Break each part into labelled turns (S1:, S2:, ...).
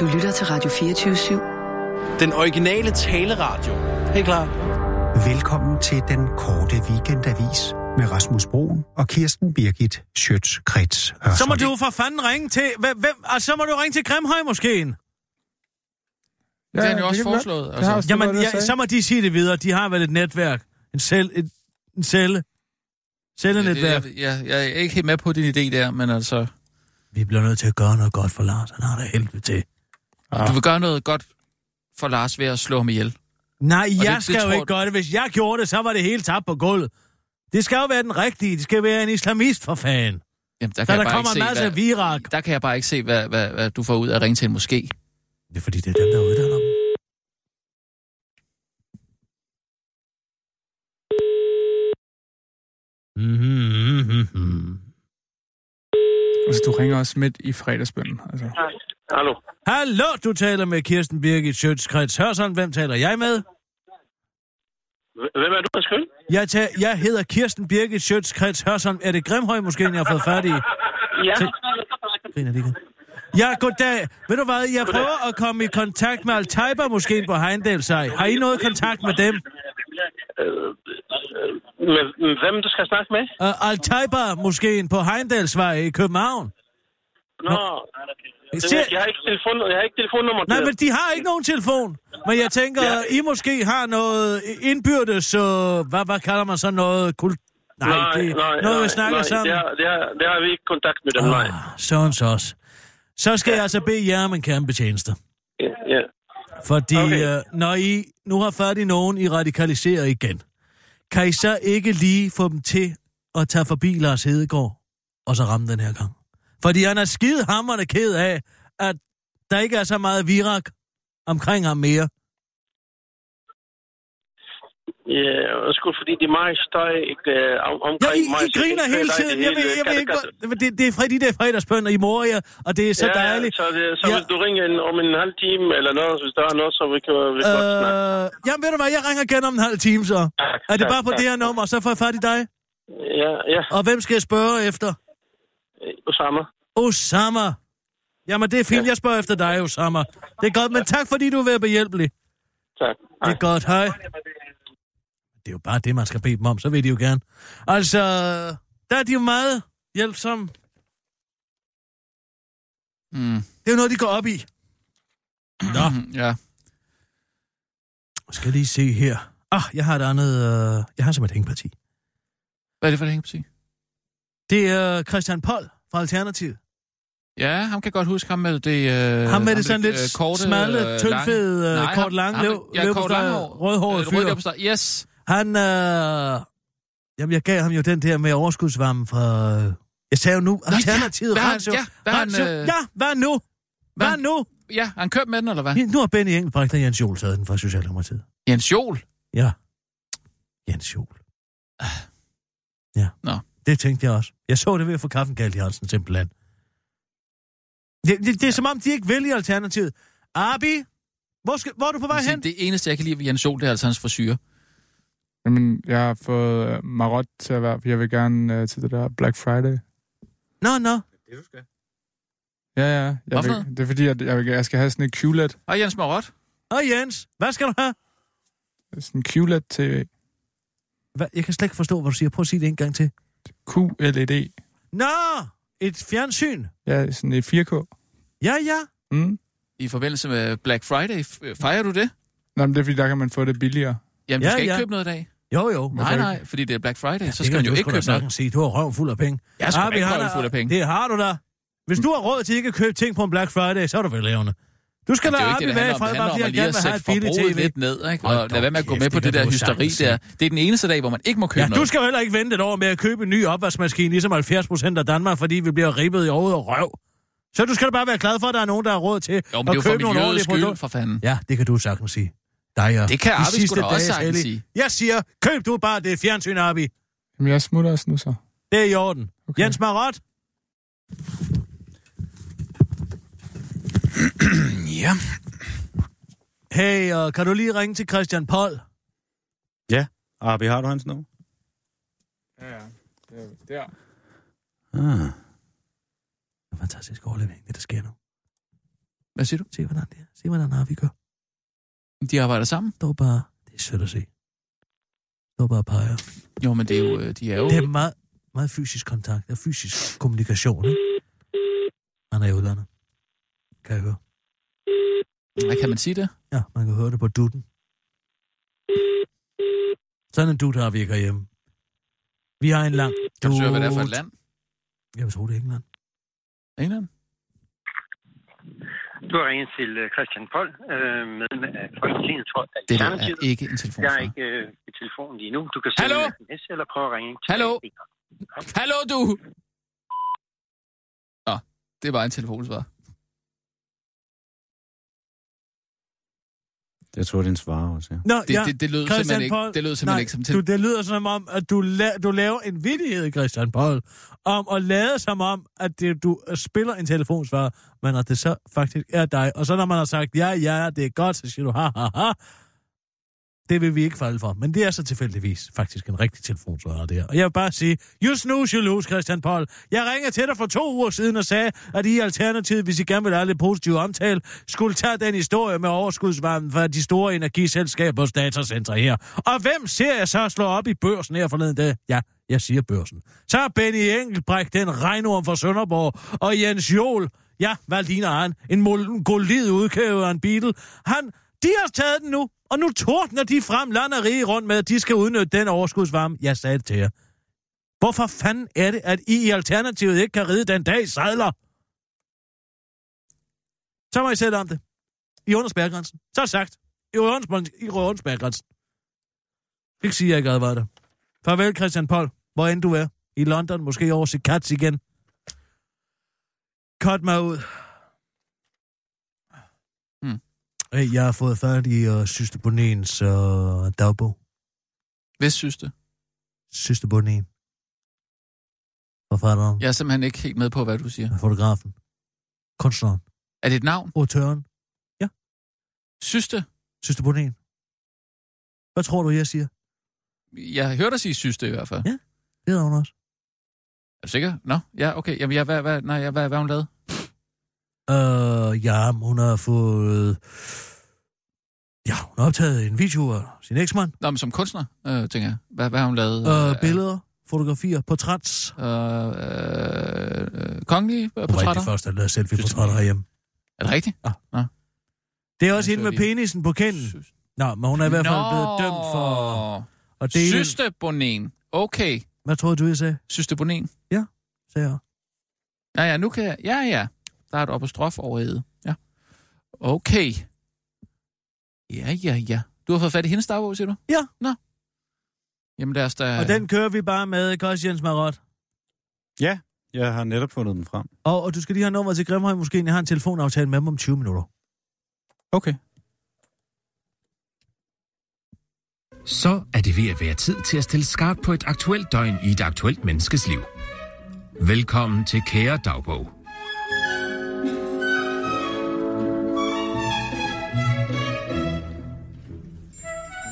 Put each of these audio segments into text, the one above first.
S1: Du lytter til Radio 24 /7.
S2: Den originale taleradio. Helt klar.
S3: Velkommen til den korte weekendavis med Rasmus Broen og Kirsten Birgit Schøtz-Krets Hørsholm.
S4: Så må du for fanden ringe til... Hvem, hvem, altså, så må du ringe til Grimhøj måske.
S5: Det har han jo
S6: kan
S5: også
S6: vi godt.
S5: foreslået,
S6: Det
S5: altså.
S6: har også
S4: Jamen,
S6: Jamen,
S4: ja, så må de sige det videre. De har vel et netværk. En, cell, et, en celle.
S5: Ja, det,
S4: Cellenetværk.
S5: jeg, jeg, jeg er ikke helt med på din idé der, men altså...
S4: Vi bliver nødt til at gøre noget godt for Lars. Han har da helvede til.
S5: Ja. Du vil gøre noget godt for Lars ved at slå ham ihjel.
S4: Nej,
S5: det-
S4: jeg
S5: det
S4: skal jo
S5: tror
S4: ikke
S5: du-
S4: gøre det. Hvis jeg gjorde det, så var det hele tabt på gulvet. Det skal jo være den rigtige. Det skal være en islamist for fanden.
S5: Jamen, der
S4: Så
S5: kan jeg
S4: der
S5: bare
S4: kommer en
S5: ikke
S4: masse
S5: se,
S4: af virak.
S5: hvad, der kan jeg bare ikke se, hvad, hvad, hvad du får ud af at ringe til en moské.
S4: Det er fordi, det er dem, der uddanner dem. Mhm.
S6: Altså, du ringer også midt i fredagsbønnen. Altså.
S7: Hallo.
S4: Hallo, du taler med Kirsten Birgit Sjøtskrets Hørsholm. Hvem taler jeg med?
S7: H- Hvem er du, der skyld?
S4: Jeg, tager, jeg hedder Kirsten Birgit Sjøtskrets Hørsholm. Er det Grimhøj måske, jeg har fået fat i?
S7: Ja.
S4: Til- Griner de ikke? Ja, goddag. Ved du hvad, jeg prøver at komme i kontakt med Altaiba måske på Heindelsej. Har I noget kontakt med dem?
S7: Øh, øh, Med, med hvem du skal snakke med?
S4: Uh, Altaiba måske på Heindelsvej i København?
S7: Nå. Det ved
S4: Siger-
S7: Jeg, jeg, har ikke telefon, jeg har ikke telefonnummer
S4: Nej,
S7: til
S4: men de har ikke nogen telefon. Men jeg tænker, ja.
S7: Ja.
S4: I måske har noget indbyrdes... Øh, hvad, hvad kalder man så noget kult... Nej, det, noget, vi snakker
S7: nej,
S4: sammen.
S7: Det har, det, har, det har vi ikke kontakt med dem, nej.
S4: Ah, sådan så også. Så skal jeg altså bede jer om en kæmpe tjeneste.
S7: Ja, ja.
S4: Fordi okay.
S7: Okay.
S4: øh, når I nu har fat i nogen, I radikaliserer igen, kan I så ikke lige få dem til at tage forbi Lars Hedegaard, og så ramme den her gang? Fordi han er skide hammerne ked af, at der ikke er så meget virak omkring ham mere.
S7: Ja, undskyld, fordi det er meget støj ikke, øh, om,
S4: Ja,
S7: omkring
S4: I,
S7: mig.
S4: I
S7: så
S4: griner
S7: det
S4: hele
S7: ødelægger
S4: tiden.
S7: det
S4: Jeg ved,
S7: hele
S4: jeg ved ikke,
S7: katte-
S4: hvor- det, det er fra de der fredagsbøn, og I morer jer, og det er så
S7: altså. ja,
S4: dejligt.
S7: Ja, så, det, så
S4: Ja.
S7: ja. hvis du ringer en, om en halv time eller noget, hvis der er noget, så vi kan vi kan godt snakke.
S4: Øh, jamen ved du hvad, jeg ringer igen om en halv time så.
S7: Tak,
S4: Er det
S7: tak,
S4: bare på
S7: tak.
S4: det her nummer, så får jeg fat i dig?
S7: Ja, ja,
S4: Og hvem skal jeg spørge efter?
S7: øh, Osama.
S4: Osama. Jamen, det er fint, jeg spørger efter dig, Osama. Det er godt, men tak fordi du er ved at behjælpelig.
S7: Tak.
S4: Det er godt, hej. Det er jo bare det, man skal bede dem om, så vil de jo gerne. Altså, der er de jo meget hjælpsomme.
S5: Mm.
S4: Det er jo noget, de går op i. Nå,
S5: Ja.
S4: skal jeg lige se her. Ah, jeg har et andet... Øh, jeg har som et hængeparti.
S5: Hvad er det for det, han kan sige?
S4: Det er Christian Pold fra Alternativet.
S5: Ja, ham kan jeg godt huske, ham med det... Øh,
S4: Ham med det sådan
S5: øh,
S4: lidt smalle,
S5: øh,
S4: tyndfede,
S5: lange-
S4: øh,
S5: Nej,
S4: kort
S5: ham-
S4: lange
S5: ham-
S4: løb-
S5: Ja,
S4: løbesteg,
S5: kort Øh, langhår.
S4: rødhåret fyr.
S5: fyr. Yes.
S4: Han, øh... Jamen, jeg gav ham jo den der med overskudsvarmen fra... øh, Jeg sagde jo nu, Alternativet
S5: hvad har han-
S4: Radio.
S5: ja, hvad har han,
S4: Radio.
S5: øh,
S4: ja, hvad nu? Hvad,
S5: hvad-
S4: nu?
S5: Ja, har han kørt med den, eller hvad?
S4: Nu har Benny Engelbrecht og Jens Jol taget den fra Socialdemokratiet.
S5: Jens Jol.
S4: Ja. Jens Jol. Ja.
S5: Ah. Nå.
S4: Det tænkte jeg også. Jeg så det ved at få kaffen galt i halsen, simpelthen. Det, det, det er som om, de ikke vælger Alternativet. Abi, hvor, skal, hvor er du på vej
S5: Altså,
S4: hen?
S5: Det eneste, jeg kan lide ved Jens Jol, det er altså hans frisyr.
S6: Jamen, jeg har fået øh, Marot til at være, for jeg vil gerne øh, til det der Black Friday.
S4: Nå, nå.
S6: Ja, ja. Jeg
S5: Hvorfor?
S6: vil, det er fordi, at jeg, vil, jeg skal have sådan en QLED,
S5: Og Jens Marot.
S4: Og Jens, hvad skal du have?
S6: sådan en QLED TV.
S4: Hvad? Jeg kan slet ikke forstå, hvad du siger. Prøv at sige det en gang til.
S6: QLED.
S4: Nå, et fjernsyn.
S6: E Ja, sådan en 4K.
S4: Ja, ja.
S6: Mm.
S5: I forbindelse med Black Friday, f- øh, fejrer du det?
S6: Nå, men det er fordi, der kan man få det billigere.
S5: Jamen, du
S4: Ja,
S5: skal ikke
S4: ja.
S5: købe noget i dag.
S4: Jo, jo.
S5: Nej, nej, fordi det er Black Friday, så skal man jo ikke købe noget.
S4: noget. Sige, du har røven fuld af penge.
S5: Jeg er sgu
S4: Ah,
S5: da
S4: vi
S5: ikke
S4: har
S5: røven
S4: da-
S5: fuld af penge.
S4: Det har du da. Hvis du har råd til ikke at købe ting på en Black Friday, så er du vel levende. Du skal
S5: Det
S4: lade
S5: er jo
S4: Arbi
S5: ikke det, det
S4: være i
S5: handler om.
S4: fred,
S5: Det
S4: bare
S5: handler
S4: fordi
S5: om
S4: han
S5: lige
S4: gerne
S5: at
S4: vil have
S5: sætte
S4: et billigt
S5: forbruget
S4: tv.
S5: lidt ned, ikke?
S4: Hold
S5: og
S4: da
S5: lade være med at gå
S4: kæft,
S5: med på
S4: det
S5: det
S4: kan
S5: der
S4: du
S5: hysteri
S4: sagtens
S5: der. Det er den eneste dag, hvor man ikke må købe
S4: Ja,
S5: noget.
S4: du skal jo heller ikke vente et år med at købe en ny opvaskemaskine, ligesom 70 af Danmark, fordi vi bliver ribbet i hovedet og røv. Så du skal da bare være glad for, at der er nogen, der har råd til
S5: Jo, men
S4: at
S5: det er jo for
S4: købe nogle
S5: miljøets
S4: ordentlige produkter.
S5: skyld, for fanden.
S4: Ja, det kan du sagtens sige. Dig og
S5: Det kan
S4: de
S5: Arbi sgu
S4: sidste
S5: da også
S4: dages
S5: sagtens
S4: hellige.
S5: sige.
S4: Jeg siger, køb du bare det fjernsyn, Arbi.
S6: Jamen, jeg smutter også nu så.
S4: Det er i orden. Okay.
S6: Okay.
S4: Jens Marot?
S5: Ja.
S4: Hey, og kan du lige ringe til Christian Pold?
S8: Arbi, Ah, har du hans nummer?
S6: Ja, ja. Der.
S8: Ah.
S4: Det er fantastisk overlevering, det der sker nu.
S5: Hvad siger du?
S4: Se, hvordan det er. Se, hvordan har vi gør.
S5: De arbejder sammen?
S4: Står bare... Det er sødt at se. Står bare og peger.
S5: Jo, men det er jo, øh, de er jo...
S4: Det er meget, meget fysisk kontakt og fysisk kommunikation, ikke? Han er i udlandet. Kan jeg høre.
S5: Hvad kan man sige det?
S4: Ja, man kan høre det på dutten. Sådan en dut har vi ikke herhjemme. Vi har en lang
S5: Kan du høre, hvad det er for et
S4: dut.
S5: land?
S4: Jeg vil tro, det er England.
S5: England?
S9: Du har ringet til øh, Christian Pold, øh, medlem af Folketingets råd.
S5: Det der er ikke en telefon.
S9: Jeg er ikke øh, ved telefonen lige nu. Du kan sende
S5: Hallo?
S9: en sms eller prøve at ringe. til-
S5: Hallo? Hallo, du! Nå, det var en telefonsvar.
S8: Jeg tror, det er en svarer også, ja.
S4: Nå,
S5: Det, ja. det, det, lød simpelthen ikke, det lød simpelthen ikke som til.
S4: du, det lyder som om, at du, la- du laver en vittighed, Christian Paul, om at lade som om, at det, du spiller en telefonsvar, men at det så faktisk er dig. Og så når man har sagt, ja, ja, det er godt, så siger du, ha, ha, ha. Det vil vi ikke falde for, men det er så tilfældigvis faktisk en rigtig telefonsvarer, det her. Og jeg vil bare sige, you snooze, you lose, Christian Paul. Jeg ringede til dig for to uger siden og sagde, at I i Alternativet, hvis I gerne vil have lidt positiv omtale, skulle tage den historie med overskudsvarmen fra de store energiselskabers datacenter her. Og hvem ser jeg så slå op i børsen her forleden dag? Ja, jeg siger børsen. Så er Benny Engelbrecht, den regnorm fra Sønderborg, og Jens Jol, ja, hvad ligner han? En mongolid udgave af en Beatle. Han, de har taget den nu, og nu tordner de frem land og rige rundt med, at de skal udnytte den overskudsvarme. Jeg sagde det til jer. Hvorfor fanden er det, at I i Alternativet ikke kan ride den dag, I sejler? Så må I sætte om det. I under spærgrænsen. Så er det sagt. I under, I under spærgrænsen. Jeg kan ikke sige, at jeg ikke advarede dig. Farvel, Christian Pold. Hvor end du er. I London, måske over Sikats igen. Cut mig ud.
S5: Hmm.
S4: Hey, jeg har fået fat i uh, Syster Bonens uh, dagbog.
S5: Hvis synes det.
S4: Syster Bonen. Forfatteren. Ja.
S5: Jeg er simpelthen ikke helt med på, hvad du siger.
S4: Fotografen. Kunstneren.
S5: Er det et navn?
S4: Autøren.
S5: Synes det?
S4: Syster Bonen. Hvad tror du, jeg siger?
S5: Jeg har hørt dig sige synes det i hvert fald.
S4: Ja. Det hedder hun også.
S5: Er du sikker? Nå, ja, okay. Jamen, jeg, hvad, hvad, nej, jeg, hvad, hvad har hun lavet?
S4: Øh, ja, hun har fået... Ja, hun har optaget en video af sin eksmand.
S5: Nå, men som kunstner, øh, tænker jeg. Hvad, hvad har hun lavet?
S4: Øh, billeder, fotografier, portræts.
S5: Øh, øh, øh, kongelige øh,
S4: Hun var
S5: portrætter?
S4: rigtig først, at lavede selfie-portrætter herhjemme.
S5: Er det rigtigt?
S4: Ja.
S5: Nå.
S4: Det er også
S5: Ja,
S4: hende
S5: så
S4: med
S5: lige-
S4: penisen på kinden.
S5: Synes-
S4: Nå, men hun er i hvert fald blevet dømt for at dele...
S5: Syste Bonen. Okay.
S4: Hvad troede du, jeg sagde?
S5: Syste Bonen.
S4: sagde jeg.
S5: Ja, ja, nu kan jeg... Ja, ja. Der er et apostrof over æde. Ja. Okay. Ja, ja, ja. Du har fået fat i hendes dagbog, siger du?
S4: Ja.
S5: Nå. Jamen, lad os da...
S4: Og den kører vi bare med, Christians Marot.
S8: Ja, jeg har netop fundet den frem.
S4: Og, og du skal lige have nummeret til Grimhøj, måske jeg har en telefonaftale med dem om 20 minutter.
S8: Okay.
S10: Så er det ved at være tid til at stille skarpt på et aktuelt døgn i et aktuelt menneskes liv. Velkommen til Kære Dagbog.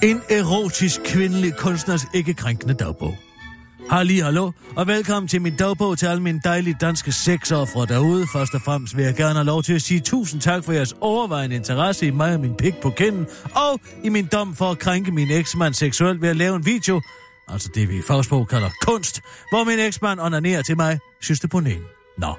S4: En erotisk kvindelig kunstners ikke krænkende dagbog. Halli, hallo, og velkommen til min dagbog til alle mine dejlige danske sexoffre derude. Først og fremmest vil jeg gerne have lov til at sige tusind tak for jeres overvejende interesse i mig og min pik på kinden, og i min dom for at krænke min eksmand seksuelt ved at lave en video, altså det vi i fagsprog kalder kunst, hvor min eksmand onanerer til mig, synes det på en. Nå,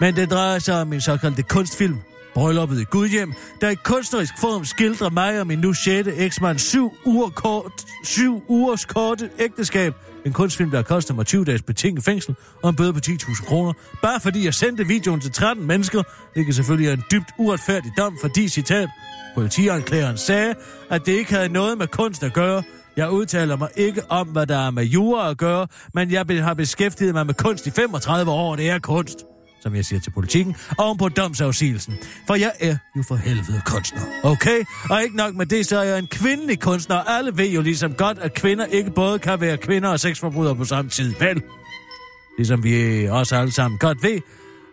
S4: men det drejer sig om min såkaldte kunstfilm, Brylluppet i Gudhjem, der i kunstnerisk form skildrer mig og min nu 6. eksmand syv, uger kort, syv ugers korte ægteskab. En kunstfilm, der har kostet mig 20 dages betinget fængsel og en bøde på 10.000 kroner, bare fordi jeg sendte videoen til 13 mennesker, hvilket selvfølgelig er en dybt uretfærdig dom, fordi, citat, politianklageren sagde, at det ikke havde noget med kunst at gøre, jeg udtaler mig ikke om, hvad der er med jura at gøre, men jeg be- har beskæftiget mig med kunst i 35 år, og det er kunst som jeg siger til politikken, oven på domsafsigelsen. For jeg er jo for helvede kunstner, okay? Og ikke nok med det, så er jeg en kvindelig kunstner, og alle ved jo ligesom godt, at kvinder ikke både kan være kvinder og sexforbrydere på samme tid, vel? Ligesom vi også alle sammen godt ved,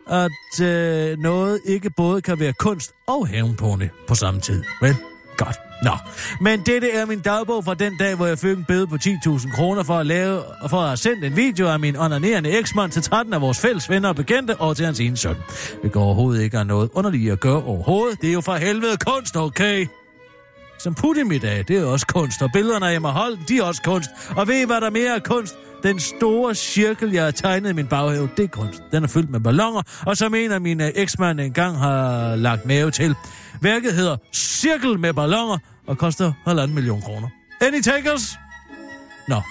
S4: at øh, noget ikke både kan være kunst og hævnpåne på samme tid, vel? Godt. Nå. Men dette er min dagbog fra den dag, hvor jeg fik en bøde på 10.000 kroner for at lave og for at have sendt en video af min onanerende eksmand til 13 af vores fælles venner og bekendte og til hans ene søn. Det går overhovedet ikke have noget underligt at gøre overhovedet. Det er jo for helvede kunst, okay? Som Putin-middag, det er også kunst, og billederne af Emma Holden, de er også kunst. Og ved I, hvad der mere er kunst? Den store cirkel, jeg har tegnet i min baghave, det er kunst. Den er fyldt med ballonger, og som en af mine eksmænd engang har lagt mave til. Værket hedder Cirkel med ballonger, og koster halvanden million kroner. Any takers? Nå.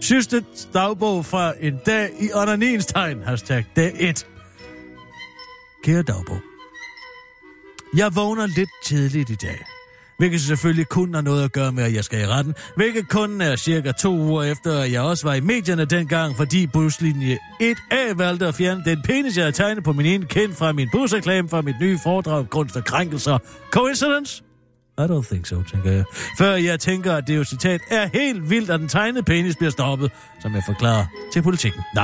S4: Sidste dagbog fra en dag i onanens tegn. Hashtag dag 1. Kære dagbog. Jeg vågner lidt tidligt i dag. Hvilket selvfølgelig kun har noget at gøre med, at jeg skal i retten. Hvilket kun er cirka to uger efter, at jeg også var i medierne dengang, fordi buslinje 1A valgte at fjerne den penis, jeg havde tegnet på min ene kind fra min busreklame fra mit nye foredrag om kunst og krænkelser. Coincidence? I don't think so, tænker jeg. Før jeg tænker, at det jo citat er helt vildt, at den tegnede penis bliver stoppet, som jeg forklarer til politikken. Nå.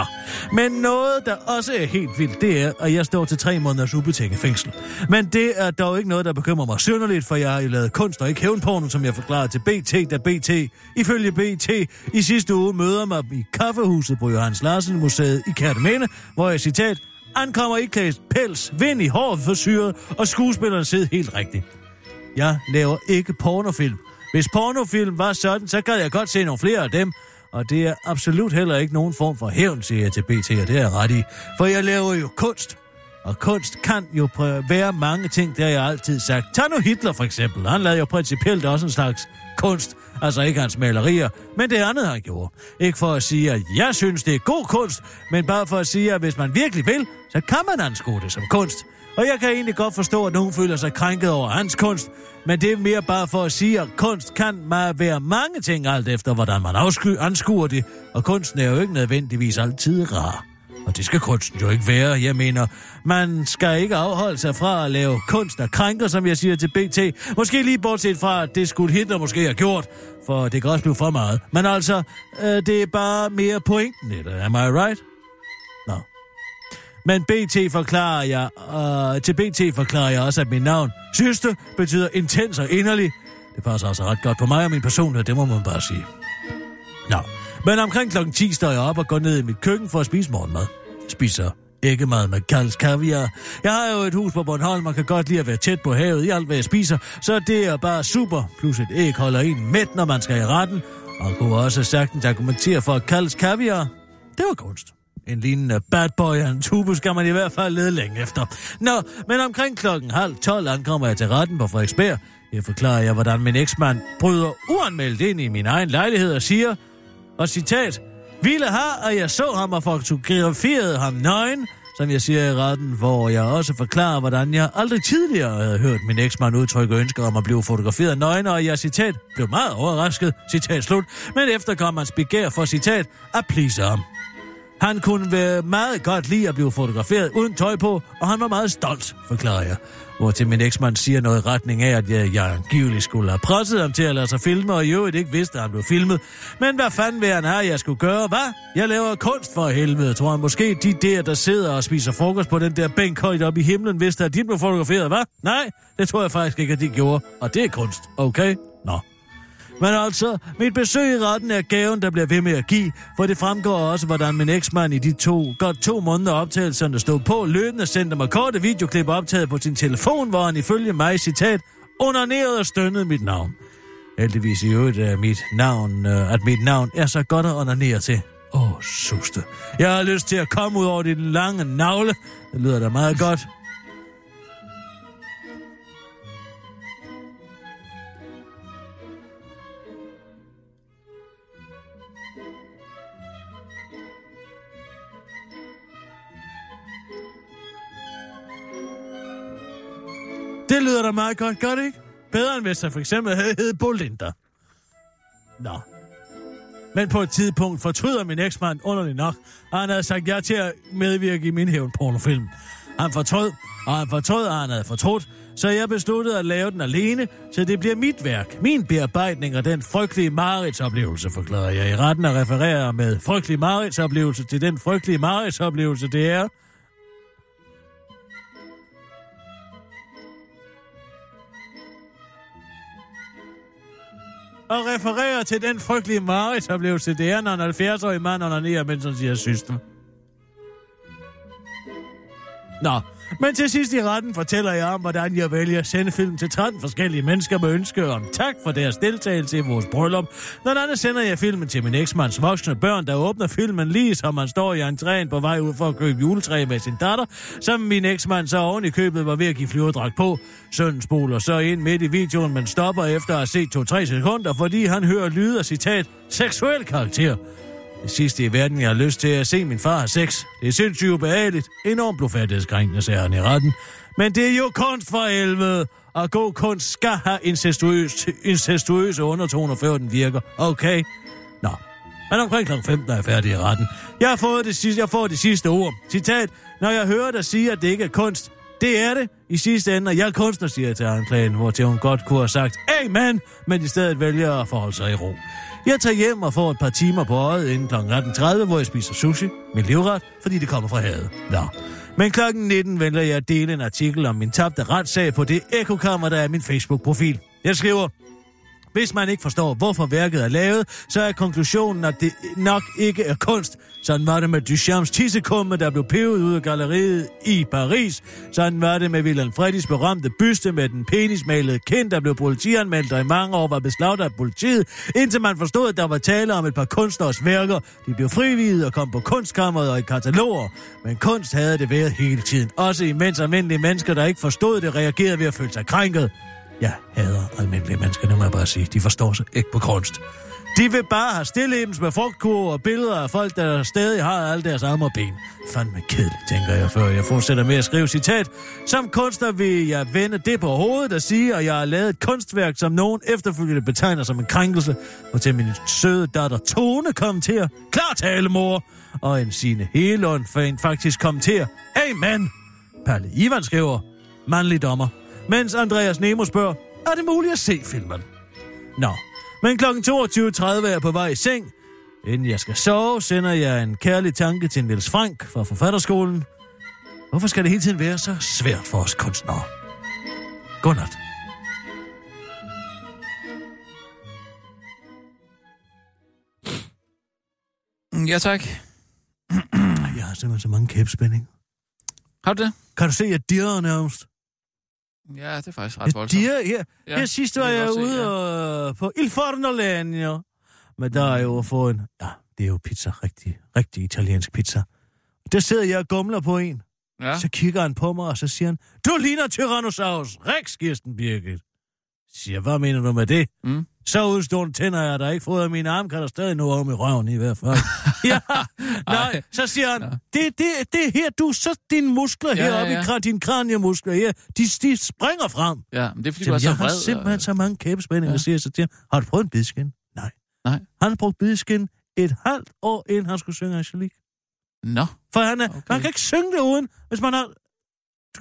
S4: Men noget, der også er helt vildt, det er, at jeg står til tre måneders ubetinget fængsel. Men det er dog ikke noget, der bekymrer mig synderligt, for jeg har jo lavet kunst og ikke hævnporno, som jeg forklarede til BT, da BT, ifølge BT, i sidste uge møder mig i kaffehuset på Johannes Larsen Museet i Kærtemene, hvor jeg citat, ankommer iklædt pels, vind i håret for syret, og skuespilleren sidder helt rigtigt. Jeg laver ikke pornofilm. Hvis pornofilm var sådan, så gad jeg godt se nogle flere af dem. Og det er absolut heller ikke nogen form for hævn, siger jeg til BT, og det er jeg ret i. For jeg laver jo kunst. Og kunst kan jo præ- være mange ting, det har jeg altid sagt. Tag nu Hitler for eksempel. Han lavede jo principielt også en slags kunst. Altså ikke hans malerier, men det andet, han gjorde. Ikke for at sige, at jeg synes, det er god kunst, men bare for at sige, at hvis man virkelig vil, så kan man anskue det som kunst. Og jeg kan egentlig godt forstå, at nogen føler sig krænket over hans kunst, men det er mere bare for at sige, at kunst kan meget være mange ting, alt efter hvordan man afsky- anskuer det, og kunsten er jo ikke nødvendigvis altid rar. Og det skal kunsten jo ikke være, jeg mener. Man skal ikke afholde sig fra at lave kunst, der krænker, som jeg siger til BT. Måske lige bortset fra, at det skulle Hitler måske have gjort, for det kan også blive for meget. Men altså, øh, det er bare mere pointen i det, am I right? Men BT forklarer jeg, øh, til BT forklarer jeg også, at mit navn, Syste, betyder intens og inderlig. Det passer altså ret godt på mig og min personlighed, det må man bare sige. Nå, men omkring klokken 10 står jeg op og går ned i mit køkken for at spise morgenmad. Jeg spiser æggemad med kals kaviar. Jeg har jo et hus på Bornholm og kan godt lide at være tæt på havet i alt, hvad jeg spiser, så det er bare super. Plus et æg holder en mæt, når man skal i retten, og kunne også sagtens argumentere for at kaldes kaviar. Det var kunst. En lignende bad boy og en tube skal man i hvert fald lede længe efter. Nå, men omkring klokken halv tolv ankommer jeg til retten på Frederiksberg. Jeg forklarer jeg, hvordan min eksmand bryder uanmeldt ind i min egen lejlighed og siger, og citat, ville have, at jeg så ham og fotograferede ham nøgen, som jeg siger i retten, hvor jeg også forklarer, hvordan jeg aldrig tidligere havde hørt min eksmand udtrykke ønsker om at blive fotograferet nøgen, og jeg, citat, blev meget overrasket, citat slut, men efterkom hans begær for, citat, at please ham. Han kunne være meget godt lide at blive fotograferet uden tøj på, og han var meget stolt, forklarer jeg. Hvor til min eksmand siger noget i retning af, at jeg, jeg angiveligt skulle have presset ham til at lade sig filme, og i øvrigt ikke vidste, at han blev filmet. Men hvad fanden vil han have, jeg skulle gøre, hvad? Jeg laver kunst for helvede, tror jeg. Måske de der, der sidder og spiser frokost på den der bænk højt oppe i himlen, vidste, at de blev fotograferet, hvad? Nej, det tror jeg faktisk ikke, at de gjorde. Og det er kunst, okay? Nå. Men altså, mit besøg i retten er gaven, der bliver ved med at give, for det fremgår også, hvordan min eksmand i de to, godt to måneder optagelserne stod på, løbende sendte mig korte videoklip optaget på sin telefon, hvor han ifølge mig, citat, undernærede og stønnede mit navn. Heldigvis i øvrigt, at mit navn, øh, at mit navn er så godt at onanere til. Åh, oh, suste. Jeg har lyst til at komme ud over din lange navle. Det lyder da meget godt. Det lyder da meget godt, gør det ikke? Bedre end hvis jeg for eksempel havde heddet Bolinda. Nå. Men på et tidspunkt fortryder min eksmand underligt nok, at han havde sagt ja til at medvirke i min hævnpornofilm. Han fortrød, og han fortrød, og han havde fortrudt, så jeg besluttede at lave den alene, så det bliver mit værk, min bearbejdning og den frygtelige mareridsoplevelse, forklarer jeg i retten og refererer med frygtelig mareridsoplevelse til den frygtelige mareridsoplevelse, det er, og refererer til den frygtelige maritoplevelse, det er, når en 70-årig mand onanerer, mens han siger søster. Nå, men til sidst i retten fortæller jeg om, hvordan jeg vælger at sende film til 13 forskellige mennesker med ønske om tak for deres deltagelse i vores bryllup. Når andet sender jeg filmen til min eksmands voksne børn, der åbner filmen lige som han står i entréen på vej ud for at købe juletræ med sin datter, som min eksmand så oven i købet var ved at give flyverdragt på. Sønnen spoler så ind midt i videoen, men stopper efter at have set 2-3 sekunder, fordi han hører lyde af citat seksuel karakter. Det sidste i verden, jeg har lyst til at se min far have sex. Det er sindssygt ubehageligt. Enormt blodfærdighedskrænkende, sagde han i retten. Men det er jo kunst for helvede. Og god kunst skal have incestuøs, incestuøse undertoner, før den virker. Okay? Nå. Men omkring kl. 15 er jeg færdig i retten. Jeg har fået det sidste, jeg får det sidste ord. Citat. Når jeg hører dig sige, at det ikke er kunst, det er det. I sidste ende, og jeg er kunstner, siger jeg til anklagen, hvor til hun godt kunne have sagt, Amen, men i stedet vælger at forholde sig i ro. Jeg tager hjem og får et par timer på øjet inden kl. 18.30, hvor jeg spiser sushi, min livret, fordi det kommer fra havet. Nå. Men kl. 19 vælger jeg at dele en artikel om min tabte retssag på det ekokammer, der er min Facebook-profil. Jeg skriver, hvis man ikke forstår, hvorfor værket er lavet, så er konklusionen, at det nok ikke er kunst. Sådan var det med Duchamps tissekumme, der blev pevet ud af galleriet i Paris. Sådan var det med Wilhelm Fredis berømte byste med den penismalede kind, der blev politianmeldt og i mange år var beslaget af politiet, indtil man forstod, at der var tale om et par kunstners værker. De blev frividet og kom på kunstkammeret og i kataloger. Men kunst havde det været hele tiden. Også imens almindelige mennesker, der ikke forstod det, reagerede ved at føle sig krænket. Jeg hader almindelige mennesker, det må jeg bare sige. De forstår sig ikke på kunst. De vil bare have stillebens med frugtkurve og billeder af folk, der stadig har alle deres arme og ben. Fandme kedeligt, tænker jeg, før jeg fortsætter med at skrive citat. Som kunstner vil jeg vende det på hovedet og sige, at jeg har lavet et kunstværk, som nogen efterfølgende betegner som en krænkelse. Og til min søde datter Tone kommenterer, klar tale, mor! Og en sine Helund fan faktisk kommenterer, hey mand! Palle Ivan skriver, mandlig dommer. Mens Andreas Nemo spørger, er det muligt at se filmen? Nå, men kl. 22.30 er jeg på vej i seng. Inden jeg skal sove, sender jeg en kærlig tanke til Niels Frank fra Forfatterskolen. Hvorfor skal det hele tiden være så svært for os kunstnere? Godnat.
S5: Mm, Ja, tak.
S4: Jeg har simpelthen så mange kæbspændinger.
S5: Har du det?
S4: Kan du se, at dirrer nærmest?
S5: Ja, det er faktisk ret voldsomt.
S4: Dirrer, ja. Ja, her sidst
S5: det
S4: var
S5: kan
S4: jeg
S5: godt se,
S4: ude
S5: ja.
S4: og, på Il Forno Legno. Men der er jo at få en... Ja, det er jo pizza. Rigtig, rigtig italiensk pizza. Der sidder jeg og gumler på en.
S5: Ja.
S4: Ja. Så kigger han på mig, og så siger han, du ligner Tyrannosaurus Rex, Kirsten Birgit. Siger, hvad mener du med det?
S5: Mm.
S4: Så udstående tænder jeg, der ikke fået af min arm, kan der stadig nå om i røven i hvert fald. ja, nej,
S5: Ej.
S4: så siger han, det, det, det her, du, så dine muskler
S5: Ja,
S4: ja,
S5: ja,
S4: heroppe, ja,
S5: ja.
S4: ja. dine kraniemuskler her, de, de springer frem.
S5: Ja, men det er fordi, du er
S4: Jamen,
S5: så
S4: jeg har
S5: vred.
S4: simpelthen
S5: og-
S4: så mange kæbespændinger,
S5: Ja.
S4: ja. siger jeg så til ham. Har du prøvet en bideskin? Nej.
S5: Nej.
S4: Han har brugt bideskin et halvt år, inden han skulle synge Angelique.
S5: Nå,
S4: For han, er,
S5: Okay.
S4: okay. han kan ikke synge det uden, hvis man har...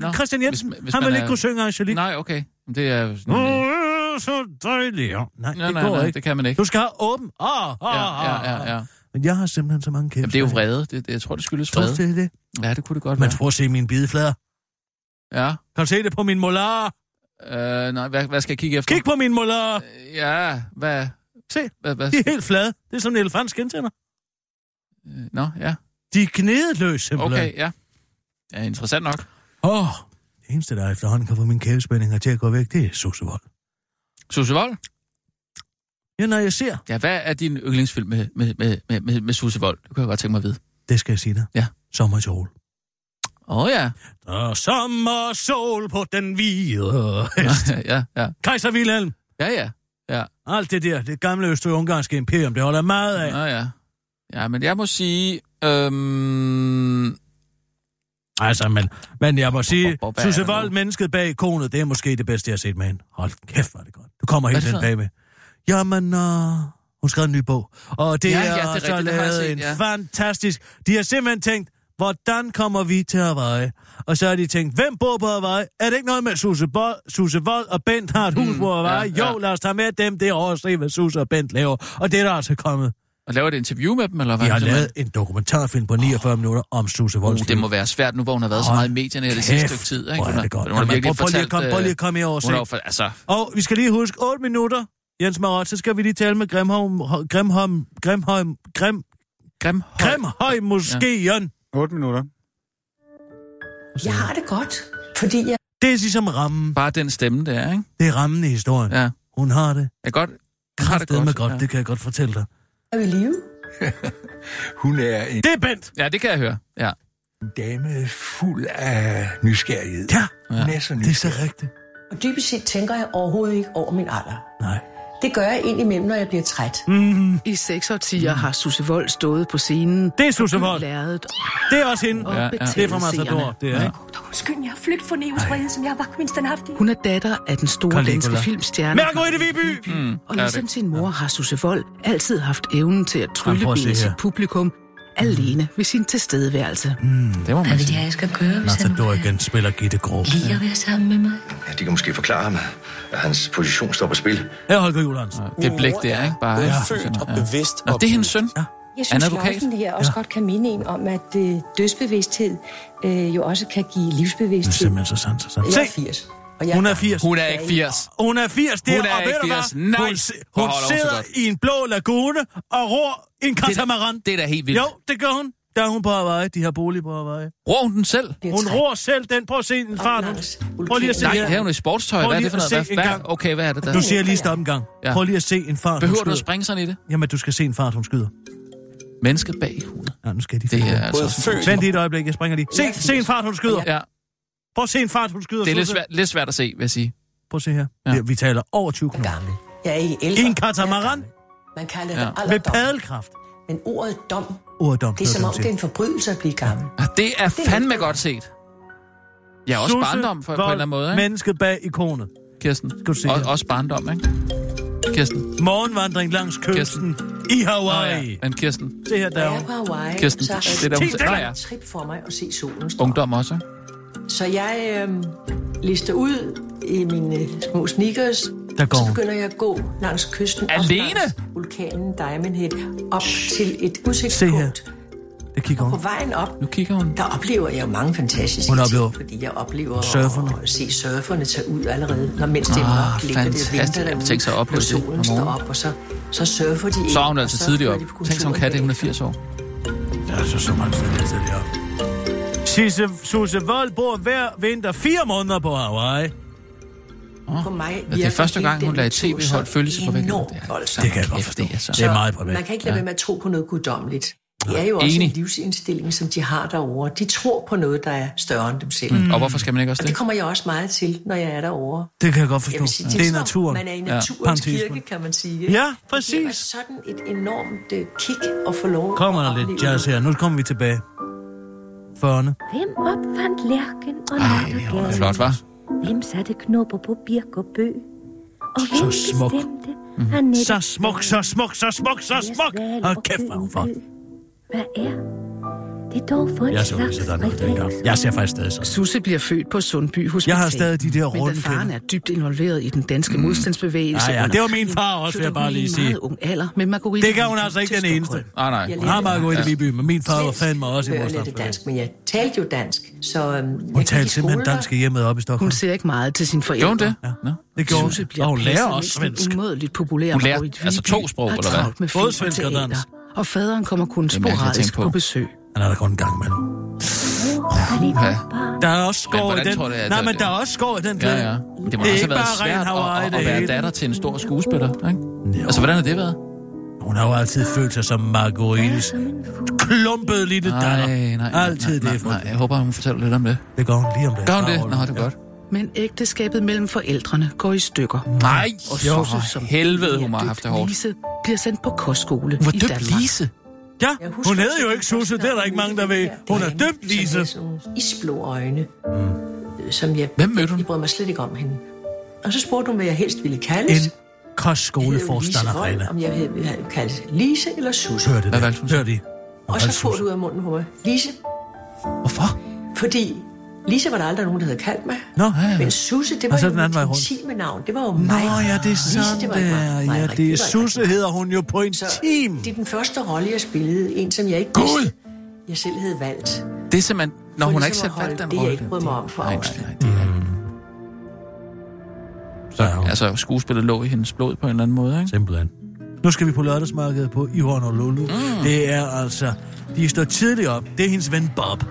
S5: Nå,
S4: Nå, Christian Jensen,
S5: hvis-
S4: hvis,
S5: hvis
S4: hvis han
S5: man
S4: vil
S5: er-
S4: ikke kunne synge Angelique.
S5: nej, okay. Men Det er...
S4: Åh,
S5: Nej,
S4: så dejligt. Ja. Nej,
S5: nej,
S4: det
S5: nej,
S4: går
S5: nej,
S4: ikke.
S5: det kan man ikke.
S4: Du skal have åben. Ah, ah,
S5: Ja, ja, ja, ja.
S4: Men jeg har simpelthen så mange
S5: Jamen,
S4: kæbespændinger.
S5: det er jo vrede. Det, det, jeg tror, det skyldes
S4: Tror
S5: vrede.
S4: du, det er det?
S5: Ja, det kunne det godt
S4: Man
S5: være.
S4: tror at se mine bideflader.
S5: Ja.
S4: Kan du se det på min molar?
S5: Øh, nej, hvad, hvad skal jeg kigge efter? Øh,
S4: Kig på min molar.
S5: Ja, hvad...
S4: Se,
S5: hvad, hvad
S4: de er helt flade. Det er som en elefants kindtænder.
S5: Nå, ja.
S4: De er gnedeløse, simpelthen.
S5: Okay, ja. Ja, interessant nok.
S4: Åh, oh, det eneste, der efterhånden kan få mine kævespændinger til at gå væk, det er sussevold.
S5: Susse Vold?
S4: Ja, når jeg ser,
S5: Ja, hvad er din yndlingsfilm med, med, med, med, med, med Susse Vold? Det kunne jeg godt tænke mig at vide.
S4: det skal jeg sige dig.
S5: Ja.
S4: Sommer i sol.
S5: Åh oh, ja.
S4: Der er sommer sol på den hvide.
S5: ja, ja.
S4: Kejser Wilhelm.
S5: Ja, ja.
S4: Alt det der, det gamle østrig-ungarske imperium, det holder jeg meget af.
S5: Nå, ja. Ja, men jeg må sige... Øhm,
S4: Altså, men, men jeg må sige,
S5: hvor- hvor- hvad er
S4: Susse
S5: der nu?
S4: Vold, mennesket bag ikonet, det er måske det bedste, jeg har set med hende. Hold kæft, hvor er det godt. Du kommer
S5: Hvad er
S4: helt
S5: det
S4: den
S5: for
S4: bag med. Jamen, øh, hun skrev en ny bog. Og det
S5: Ja,
S4: ja,
S5: ja,
S4: er,
S5: det er
S4: ja,
S5: rigtigt,
S4: det
S5: det
S4: er
S5: har jeg
S4: lavet
S5: set,
S4: en
S5: ja.
S4: fantastisk... De har simpelthen tænkt, hvordan kommer vi til Hawaii? Og så har de tænkt, hvem bor på Hawaii? Er det ikke noget med Susse, Bo- Susse Vold og Bent har et hus
S5: Mm,
S4: på Hawaii?
S5: ja,
S4: jo,
S5: ja.
S4: lad os tage med dem det år og se, hvad Susse og Bent laver. Og det er der altså kommet.
S5: og laver et interview med dem, eller hvad?
S4: De har
S5: Det er
S4: lavet en dokumentarfilm på 49 oh. minutter om Susse
S5: Uh,
S4: Volds
S5: det
S4: liv.
S5: må være svært nu, hvor hun har været så
S4: Hold
S5: meget i medierne her det sidste stykke tid. Ikke?
S4: Hvor er det godt.
S5: Hun har
S4: Jamen,
S5: virkelig øh,
S4: prøv, prøv, lige at
S5: fortalt...
S4: komme, prøv lige at komme herover og
S5: øh, hun har jo
S4: se.
S5: for, altså,
S4: Og vi skal lige huske 8 minutter Jens Marot, så skal vi lige tale med Grimholm, Grimholm, Grimholm, Grim,
S5: Grim.
S4: Grimholm måske, ja. Jørgen.
S8: 8 minutter.
S1: Jeg har det godt, fordi jeg...
S4: Det er ligesom rammen.
S5: Bare den stemme, der er, ikke?
S4: Det er rammen i historien. Ja.
S5: Ja.
S4: Hun har det.
S5: Jeg kan godt.
S4: Hun har det godt, med godt. Ja.
S5: Ja.
S4: det kan jeg godt fortælle dig.
S1: Er vi i live?
S11: Hun er en
S4: Det er Bent!
S5: ja, det kan jeg høre. Ja.
S11: dame fuld af nysgerrighed.
S4: Ja,
S11: Hun er så
S4: det er
S11: nysgerrig.
S4: så rigtigt.
S1: Og dybest set tænker jeg overhovedet ikke over min alder.
S4: Nej.
S1: Det gør jeg indimellem, når jeg bliver træt.
S4: Mm,
S12: I seks årtier har Susse Vold stået på scenen.
S4: det er Susse Vold.
S12: Læret
S4: Det er også hende.
S12: og
S5: Ja, ja.
S12: ja,
S4: Det er fra Matador. Det er, ja.
S12: Undskyld, jeg har flygt fra Neos Rede, som jeg har vagtmindst den haft Hun er datter af den store
S4: Caligula.
S12: danske filmstjerne.
S4: Margrethe Viby!
S5: Mm,
S12: Og
S5: ja,
S12: ligesom
S5: det.
S12: sin mor har Susse Vold altid haft evnen til at
S4: Jamen, prøv at se
S12: tryllebinde sit
S4: her. Mm.
S12: publikum alene ved sin tilstedeværelse.
S5: Det må man sige.
S1: jeg skal gøre,
S4: Matador igen spiller Gitte Grob.
S1: at være sammen med mig?
S11: Ja, de kan måske forklare ham, at hans position står på spil.
S4: Her er Holger Juhl Hansen.
S5: Det blæk, det er, ikke? Bare, ja.
S2: og bevidst
S5: Nå, det er hendes søn.
S13: Jeg
S5: Han
S13: synes,
S5: er
S13: at
S5: advokat.
S13: det her også godt kan minde en om, at øh, dødsbevidsthed øh, jo også kan give
S4: Det er
S13: livsbevidsthed.
S4: simpelthen så sandt, så sandt.
S1: Jeg
S4: Se,
S1: er 80. Og jeg
S4: hun er 80.
S5: Hun er ikke 80.
S4: Hun er 80, det
S5: Hun er
S4: og ved
S5: ikke
S4: du hvad?
S5: 80. Nej,
S4: Hun, si-
S5: hvor
S4: hun
S5: holder hun så
S4: sidder
S5: godt.
S4: i en blå lagune og ror en katamaran.
S5: Det er da helt vildt.
S4: Jo, det gør hun. Der er hun på Hawaii. De har bolig på Hawaii.
S5: Ror hun den selv?
S13: bliver
S4: Hun
S13: træt.
S4: ror selv den. Prøv at se den fart. hun-
S1: Lars,
S4: Prøv lige at se
S5: Nej,
S4: her.
S5: her er hun i sportstøj.
S4: Prøv
S5: Hvad er
S4: lige
S5: det for
S4: at
S5: noget?
S4: se
S5: Hvad,
S4: en
S5: hvad,
S4: gang.
S5: okay, hvad er det der?
S4: Du siger lige stop en gang.
S5: Ja.
S4: Prøv lige at se en fart, hun
S5: Behøver du at
S4: skyder.
S5: springe sådan i det?
S4: Jamen, du skal se en fart, hun skyder.
S5: Mennesket bag hovedet.
S4: Ja, nu skal de
S5: Det
S4: finde
S5: er
S4: den.
S5: altså...
S4: Vent lige et øjeblik, jeg springer lige. Se, se en fart, hun skyder.
S5: Ja,
S4: Prøv at se en fart, hun skyder.
S5: det er lidt
S4: Susse.
S5: svært, lidt svært at se, vil jeg sige.
S4: Prøv at se her.
S5: Ja.
S4: Ja. Vi taler over 20
S1: er
S4: knop.
S1: gammel. Jeg er ikke ældre.
S4: En katamaran?
S1: Jeg er gammel. Man kalder
S5: Ja.
S1: det
S4: Med
S1: alderdom.
S4: padelkraft.
S1: Men ordet dom,
S4: Urdom.
S1: det er som om, det er en forbrydelse at blive gammel.
S5: Ah, Det er fandme godt set. Ja, også barndom for, på en eller anden måde, ikke?
S4: Mennesket bag ikonet.
S5: Kirsten.
S4: Skal du se
S5: Og,
S4: her.
S5: også barndom, ikke? Kirsten.
S4: Morgenvandring langs kysten. I Hawaii.
S5: Men Kirsten.
S4: Det her, der
S1: Når
S4: er
S1: jeg er
S4: hun.
S1: på Hawaii,
S5: Kirsten,
S1: så er
S5: det er der, hun
S1: det
S5: siger.
S1: en
S5: Nå ja.
S1: trip for mig at se solen stå.
S5: Ungdom også, ikke?
S1: Så jeg øh,
S13: øhm,
S1: lister ud i mine øh, små sneakers.
S4: Der går
S1: Så
S4: hun.
S1: begynder jeg at gå langs kysten.
S5: Alene?
S1: Op langs vulkanen Diamond Head. Op til et
S4: Se her.
S1: udsigtspunkt.
S4: Der kigger hun.
S1: På vejen op,
S5: Nu kigger hun.
S1: der oplever jeg jo mange fantastiske
S4: Hun oplever
S1: ting, fordi jeg oplever
S4: surferne.
S1: at se surferne tage ud allerede, når mens det er
S5: Ah,
S1: mørkt, ligger det og
S5: fantastisk.
S1: venter derude,
S5: Tænk sig at opleve
S1: og
S5: det om
S1: solen står
S5: morgenen.
S1: op, og så, så surfer de ind,
S5: Så er hun
S1: og
S5: altså
S1: så
S5: tidligt
S1: kører
S5: op.
S1: de på
S5: Tænk, som
S1: kulturen
S5: kat, hun er
S1: bagefter.
S5: 80 år.
S4: Ja, så så mange sætter til det op. Sisse, Susse Vold bor hver vinter fire måneder på Hawaii.
S1: På mig
S5: det er
S1: virker
S5: første gang,
S1: hele
S5: hun
S1: den
S5: lader et
S1: natur
S5: tv-hold
S1: som
S5: følge sig på væggen.
S1: enormt
S5: Det er-
S1: voldsom.
S4: Det kan jeg godt
S5: Kæft,
S4: forstå.
S5: det er så-
S4: Det er meget privat.
S1: Man kan ikke lade være med at tro på noget guddommeligt. Det er jo også
S5: Enig.
S1: en livsindstilling, som de har derovre. De tror på noget, der er større end dem selv. Mm.
S5: Og hvorfor skal man ikke også
S1: Og det
S5: det?
S1: kommer jeg også meget til, når jeg er derovre.
S4: Det kan jeg godt
S1: Jeg
S4: forstå.
S1: vil sige,
S4: Det er
S1: som om
S4: naturen.
S1: Man er i naturens
S4: Pantheisme.
S1: kirke, kan man sige. ikke?
S4: Ja,
S1: Det giver mig
S4: præcis.
S1: sådan et enormt øh, kick at få lov
S4: Kommer
S1: at
S4: der lidt
S1: opleve.
S4: jazz her. Nu kommer vi tilbage. 40'erne.
S13: Hvem opfandt lærken og
S5: Ej, hun er flot, var.
S13: Hvem satte knopper på birk og bøg? Og
S4: hvem smuk.
S13: Mhm.
S4: Så smuk, så smuk, så smuk, så smuk. Og kæft, hvor er hun flot.
S13: Hvad er det dog for
S4: Jeg så også, at der er noget dengang. Jeg ser faktisk stadig sådan.
S12: Susse bliver født på Sundby Hospital.
S4: Jeg har stadig de der runde
S12: Men da faren
S4: kinder.
S12: er dybt involveret i den danske mm. modstandsbevægelse...
S4: Ja, ja,
S12: under
S4: det var min
S12: krigen,
S4: far også, vil jeg
S12: flytter
S4: bare
S12: hun i
S4: lige
S12: en
S4: sige.
S12: meget ung alder med Marguerite...
S4: Det kan hun
S12: Viby
S4: altså ikke
S12: til
S4: den eneste.
S12: Stockholm.
S5: Ah, nej.
S1: Jeg
S4: Hun har meget godt i det, Viby, men min far var
S1: Svensk
S4: fandme også i
S1: hører lidt
S4: modstandsbevægelsen.
S1: dansk, men jeg talte jo dansk, så... øhm, jeg
S4: Hun
S1: gik i
S4: talte simpelthen
S1: skole der.
S4: dansk i hjemmet op i
S12: Hun
S4: Stockholm.
S12: ser ikke meget til sine forældre.
S5: Gjorde hun det? Nå.
S4: Det gjorde hun.
S12: Susse bliver
S4: Og hun lærer
S12: passet,
S4: også
S12: mens den
S4: svensk.
S12: Umådeligt populær
S5: Hun lærer
S12: Marguerite
S5: altså
S12: Viby
S5: to sprog,
S12: har
S5: eller hvad?
S12: travlt Med
S4: Både
S12: film og
S4: svensk og
S12: teater,
S4: dansk.
S12: Og faderen kommer kun
S5: er mærkeligt at
S12: sporadisk
S5: tænke på.
S12: på besøg.
S4: Han er der kun en gang imellem.
S5: Ja.
S4: Der er også
S5: Men
S4: skov i
S5: hvordan
S4: den.
S5: tror du, at-
S4: Nej, men der er også skov i den
S5: Ja,
S4: klæde.
S5: ja. Men Det må
S4: Det er
S5: også
S4: ikke
S5: have været
S4: bare ren
S5: svært
S4: Hawaii,
S5: at, at,
S4: det
S5: at være
S4: hele.
S5: datter til en stor skuespiller, ikke?
S4: Jo.
S5: Altså, hvordan har det været?
S4: Hun har jo altid følt sig som Marguerites klumpede lille datter. Altid
S5: nej,
S4: det,
S5: nej,
S4: frygteligt.
S5: Jeg håber, hun fortæller lidt om det.
S4: Det gør hun lige om lidt.
S5: Gør hun
S4: Bare
S5: det?
S4: rolig.
S5: Nå, det er godt.
S12: Men ægteskabet mellem forældrene går i stykker.
S5: Nej,
S12: Og
S5: jo,
S12: Susse,
S5: for
S12: som
S5: helvede,
S12: er
S5: hun har
S12: døbt
S5: haft det hårdt.
S12: Lise bliver sendt på kostskole
S5: Hvor
S12: i
S5: døbt
S12: Danmark.
S5: Lise?
S4: Ja,
S1: Jeg husker
S4: hun hedder
S1: også,
S4: jo
S1: at
S4: ikke Susse,
S1: første
S4: det er der
S1: gang,
S4: ikke mange,
S1: mødte
S4: der ved.
S1: den
S4: Hun
S1: her
S4: er
S1: dame,
S4: dømt, Lise.
S1: Som havde sådan nogle isblå øjne, øh, som jeg...
S5: Hvem mødte hun?
S1: Jeg brød mig slet ikke om hende. Og så spurgte hun, hvad jeg helst ville
S4: En
S1: kaldes.
S4: kostskoleforstander,
S1: Jeg hed jo Lise
S4: Rena.
S1: Vold, Om jeg ville ville have kaldes Lise eller Susse.
S4: Hørte
S5: Hvad valgte hun
S4: det?
S5: så?
S4: Hørte I?
S1: Og så får du ud af munden på mig, Lise.
S5: Hvorfor?
S1: Fordi Lise var der aldrig nogen, der havde kaldt mig.
S4: Nå, ja, ja.
S1: Men Susse, det
S4: Og
S1: var
S4: så
S5: Altså-
S1: jo
S4: den anden vej
S1: mit
S4: rundt.
S1: intime navn. Det var jo
S4: Nå,
S1: mig.
S4: ja, det er
S1: Lise,
S4: sådan,
S1: det var ikke
S4: det
S1: mig.
S4: er.
S1: Nej,
S4: Ja,
S1: Henrik,
S4: det er
S1: var ikke
S4: Susse
S1: mig.
S4: hedder hun jo på en
S1: Så
S4: team.
S1: det er den første rolle, jeg spillede. En, som jeg ikke
S5: Gud!
S1: vidste, jeg selv havde valgt.
S5: Det er simpelthen... Når
S1: For
S5: hun har ikke
S1: ligesom at
S5: selv
S1: holde
S5: valgt den
S1: det, jeg
S5: rolle.
S1: ikke brød mig om for
S5: Nej, nej,
S1: afstand.
S5: nej, det er rigtigt. Så, altså, skuespillet lå i hendes blod på en eller anden måde, ikke?
S4: Simpelthen. Nu skal vi på lørdagsmarkedet på i Honolulu. Mm. Det er altså... De står tidligt op. Det er hendes ven Bob.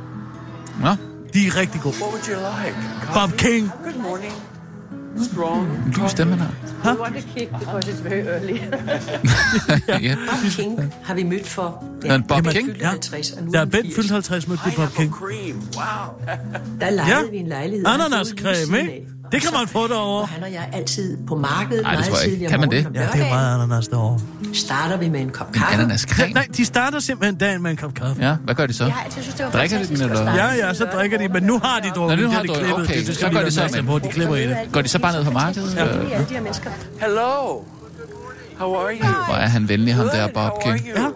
S5: Ja.
S4: De er rigtig gode.
S14: would you like?
S4: Bob King.
S14: Good morning. Strong.
S5: Du stemmer der.
S13: Huh? want to kick because it's very early.
S5: ja.
S13: Bob King har vi mødt for.
S4: Men Bob
S13: han
S4: King?
S13: fyldte 50, og nu er
S4: Der er
S13: han
S4: Bent fyldt 50 mødt med Bob King.
S14: Cream. Wow.
S13: Der lejede ja. vi en lejlighed.
S4: Ananascreme, ikke? Det kan man få derovre.
S13: Han og jeg er altid på markedet.
S4: Ej, det
S13: meget
S4: tror jeg ikke.
S13: tidligt om
S4: Kan man
S13: morgenen
S4: det?
S13: om
S4: Ja, det er
S13: lørdagen.
S4: meget ananas derovre.
S13: Starter vi med en kop kaffe.
S4: Nej, de starter simpelthen dagen med en kop kaffe.
S5: Ja, hvad gør de
S13: altså,
S5: så?
S13: Jeg har altid syntes, det var
S5: Drikker de den,
S13: fantastisk at
S5: eller?
S13: starte
S4: Ja, ja, så drikker de, men nu har de drukket.
S5: Nå, nu
S4: det
S5: har
S4: er det
S5: de-
S4: klippet.
S5: okay,
S4: det, det
S5: så
S4: skal vi
S5: gør
S4: lige
S5: de så,
S4: være opmærksom
S5: men-
S4: på, de klipper i det.
S5: Går de så bare ned på markedet?
S4: Ja.
S5: Ja.
S13: Alle de her mennesker.
S14: Hello. How are you?
S5: Hvor er han venlig, ham der Bob King.
S4: Ja.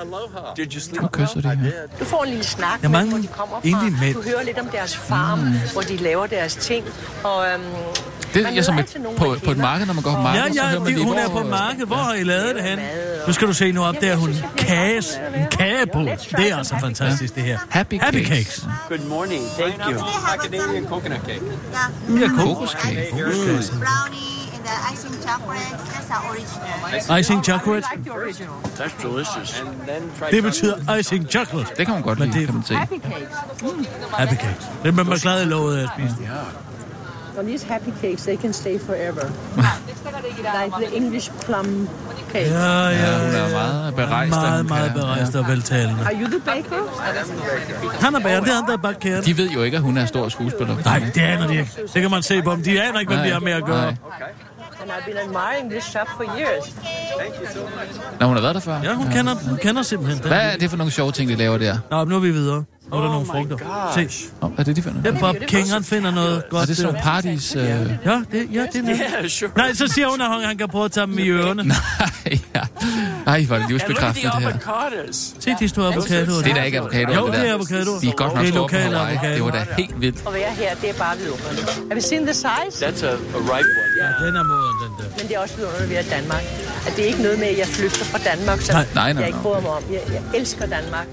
S14: Aloha. Did you sleep
S5: Nu kysser de her.
S13: Du får en lille snak
S5: Jeg
S13: med,
S5: mangler
S13: hvor de kommer
S5: egentlig en
S13: fra.
S5: mand.
S13: Du hører lidt om deres farm, mm. hvor de laver deres ting. Og, øhm,
S5: Det er
S13: møder
S5: som et,
S13: altid nogen,
S5: på,
S13: man
S5: på et
S13: kender.
S5: marked, når man går på markedet,
S4: Ja,
S5: så
S4: ja,
S5: hører man
S4: de,
S5: lige,
S4: hun er
S5: hvor-
S4: på market. Hvor har I lavet det hen? Nu skal du se nu op der, hun kages. En kage på. Det er altså fantastisk, det her.
S5: Happy
S4: Happy
S5: cakes.
S4: cakes.
S14: Good morning. Thank you. Macadamia coconut cake.
S4: Ja,
S5: kokoskage.
S4: kokoskage.
S15: brownie and the icing chocolate. That's the original.
S4: Icing chocolate.
S14: That's delicious. And then try
S4: Det betyder icing chocolate.
S5: Det kan hun godt
S4: Men
S5: lide,
S4: det er
S5: kan man se.
S15: Happy cakes.
S4: Happy cakes. Det man man glad i lovet af at spise.
S15: Well, these happy cakes, they can stay forever. like the English plum cake.
S4: Ja, ja,
S5: hun
S4: ja.
S5: er meget berejst.
S4: Meget, meget berejst og veltalende.
S15: Are you the baker?
S4: Han er bager, det er han, der er bakkæren.
S5: De ved jo ikke, at hun er stor skuespiller.
S4: Nej, det aner de ikke. Det kan man se på dem. De aner ikke, hvad de har med at gøre.
S15: And I've been admiring this shop for years. Thank you so much.
S5: Når hun har været der før.
S4: Ja, hun kender, hun kender simpelthen den.
S5: Hvad er det for nogle sjove ting, de laver der?
S4: Nå, men nu er vi videre. Nu er der nogle frugter.
S5: Oh
S4: Se.
S5: Nå, hvad er det, de finder?
S4: Ja, Bob King, han finder noget godt.
S5: Og det er sådan nogle parties... Øh...
S4: Ja, det, ja, det er det.
S5: Yeah, sure.
S4: Nej, så siger hun, at hun- han kan prøve at tage dem i ørerne.
S5: Ej, hvor
S14: And look at
S5: er det
S14: the
S5: livsbekræftende, det her.
S14: avocados.
S4: Se, de store avocadoer.
S5: Det er da ikke avocadoer,
S4: Jo,
S5: det der.
S4: det er avocadoer.
S5: De er godt nok
S4: det er
S5: store på
S4: lokale
S5: Hawaii.
S4: avocadoer.
S5: Det var da helt vildt.
S15: At være her, det er bare vidunderligt. Have you seen the size?
S14: That's a, a ripe one.
S4: Ja, den er moden, den der.
S15: Men det er også vidunderligt ved at Danmark. At det er ikke noget med, at jeg flygter fra Danmark, som
S4: Nej, nej, nej,
S15: jeg ikke
S4: nej.
S15: bryder mig om. Jeg, jeg elsker Danmark.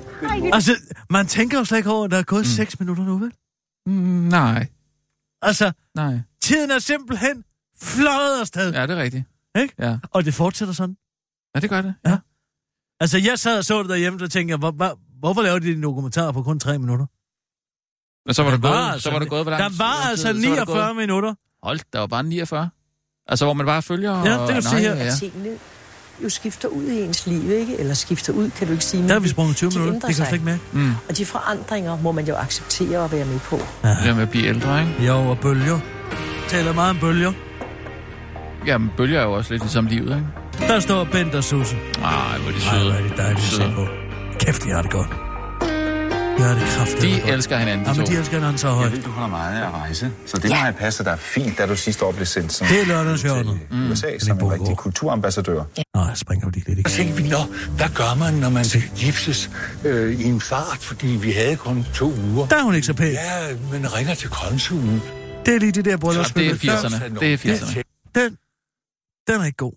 S4: Altså, man tænker jo slet ikke over, at der er gået 6 minutter nu, vel?
S5: Mm, Nej.
S4: Altså,
S5: Nej.
S4: tiden er simpelthen fløjet afsted.
S5: Ja, det er rigtigt.
S4: Ikke?
S5: Ja.
S4: Og det fortsætter sådan.
S5: Ja, det gør det.
S4: Ja. Altså, jeg sad og så det derhjemme, så tænkte jeg, hvor, hvor, hvorfor laver de en dokumentar på kun 3 minutter?
S5: Men så var
S4: Der
S5: der gået,
S4: var altså-
S5: så var der gået, hvor
S4: der var altså 49 minutter.
S5: Hold, der var bare 49. Altså, hvor man bare følger...
S4: Ja, det
S5: og-
S4: kan du se
S5: Nej,
S4: her.
S5: Ja, ja.
S13: at tingene jo skifter ud i ens liv, ikke? Eller skifter ud, kan du ikke sige. men
S4: Der har vi
S13: de-
S4: sprunget 20
S13: de
S4: minutter.
S13: ændrer
S4: Det kan jeg
S13: sig.
S4: slet ikke mærke.
S5: Mm.
S13: Og de forandringer må man jo acceptere og være med på.
S5: Det der med at blive ældre, ikke?
S4: Jo, og bølger. Jeg taler meget om bølger.
S5: Jamen, bølger er jo også lidt ligesom livet, ikke?
S4: Der står Bent og Susse.
S5: Nej, hvor er de
S4: Ej,
S5: søde.
S4: hvor er det dejligt at se
S5: Søde.
S4: på. Kæft, de har det godt. De har det kraftigt.
S5: De elsker hinanden, de
S4: Jamen,
S5: to.
S4: de elsker hinanden så højt.
S16: Jeg ved, du holder meget af at rejse, så det ja. har jeg passet dig fint, da du sidste år blev sendt som
S4: Det er lørdagshjørnet.
S16: mm. USA som en rigtig kulturambassadør.
S4: Nå, jeg springer lidt i det.
S17: Og så tænkte vi, nå, hvad gør man, når man skal giftes øh, i en fart, fordi vi havde kun to uger.
S4: Der er hun ikke så pæn.
S17: Ja, men ringer til konsulen.
S4: Det er lige det der bryllupsspil.
S17: Ja, det er 80'erne. Det er 80'erne.
S4: Den, den er ikke god.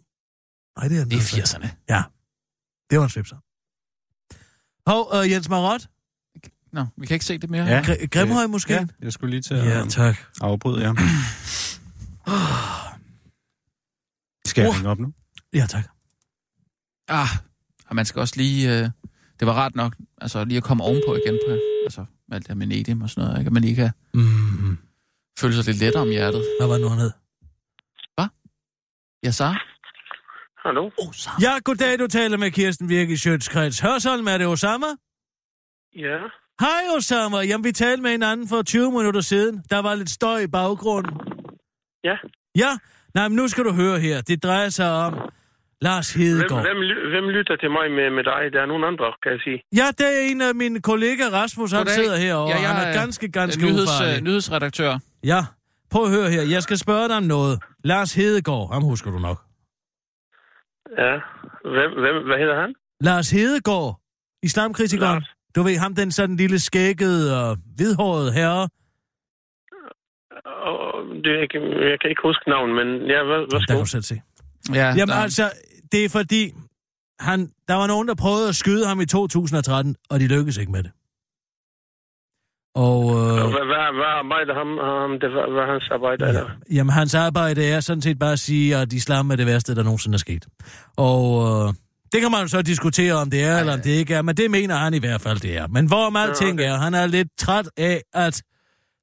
S4: Nej, det er den.
S5: Det er
S4: altså ikke.
S5: 80'erne.
S4: Ja. Det var en svipser. Hov, øh, Jens Marot.
S5: Nå, vi kan ikke se det mere.
S4: Ja. Gr- Grimhøj måske?
S8: Ja, jeg skulle lige til at
S4: Ja, tak.
S8: afbryde jer. Skal jeg ringe op nu?
S4: Ja, tak.
S5: Ah, og man skal også lige... Øh, det var rart nok, altså lige at komme ovenpå igen på, altså med alt det her med Nedim og sådan noget, ikke? At man lige kan
S4: Mm.
S5: føle sig lidt lettere om hjertet.
S4: Hvad var det nu, han hed?
S5: Ja, så?
S7: Hallo?
S4: Ja, goddag, du taler med Kirsten Virke i Sjøtskreds. Hørsholm, er det Osama?
S7: Ja.
S4: Hej Osama, jamen vi talte med hinanden for 20 minutter siden. Der var lidt støj i baggrunden.
S7: Ja.
S4: Ja, nej, men nu skal du høre her. Det drejer sig om Lars
S7: Hvem,
S4: Hedegaard.
S7: hvem, ly- hvem lytter til mig med, med dig? Der er nogen andre, kan jeg sige.
S4: Ja, det er en af mine kollegaer, Rasmus, han
S5: Goddag.
S4: sidder herovre. Ja,
S5: Ja, jeg
S4: han er
S5: er,
S4: ganske, ganske
S5: nyheds,
S4: ufarlig.
S5: øh, nyhedsredaktør.
S4: Ja, prøv at høre her. Jeg skal spørge dig om noget. Lars Hedegaard, ham husker du nok.
S7: Ja. Hvem, hvem, hvad hedder han?
S4: Lars Hedegaard, islamkritikeren. Lars. Du ved, ham den sådan lille skækkede og hvidhårede herre.
S7: Og, det, jeg, kan- jeg kan ikke huske navnet, men ja, hvad, hvad
S4: Der
S7: skal
S4: kan du selv se.
S5: Ja,
S4: Jamen
S5: der-
S4: altså, det er fordi, han, der var nogen, der prøvede at skyde ham i 2013, og de lykkedes ikke med det. Og
S7: Og
S4: øh,
S7: Hvad, hvad, hvad arbejder ham, ham det, hvad, hvad er hans arbejde er der?
S4: jamen, hans arbejde er sådan set bare at sige, at islam er det værste, der nogensinde er sket. Og øh, det kan man jo så diskutere, om det er, eller om det ikke er, men det mener han i hvert fald, det er. Men hvor meget ting er, han er lidt træt af, at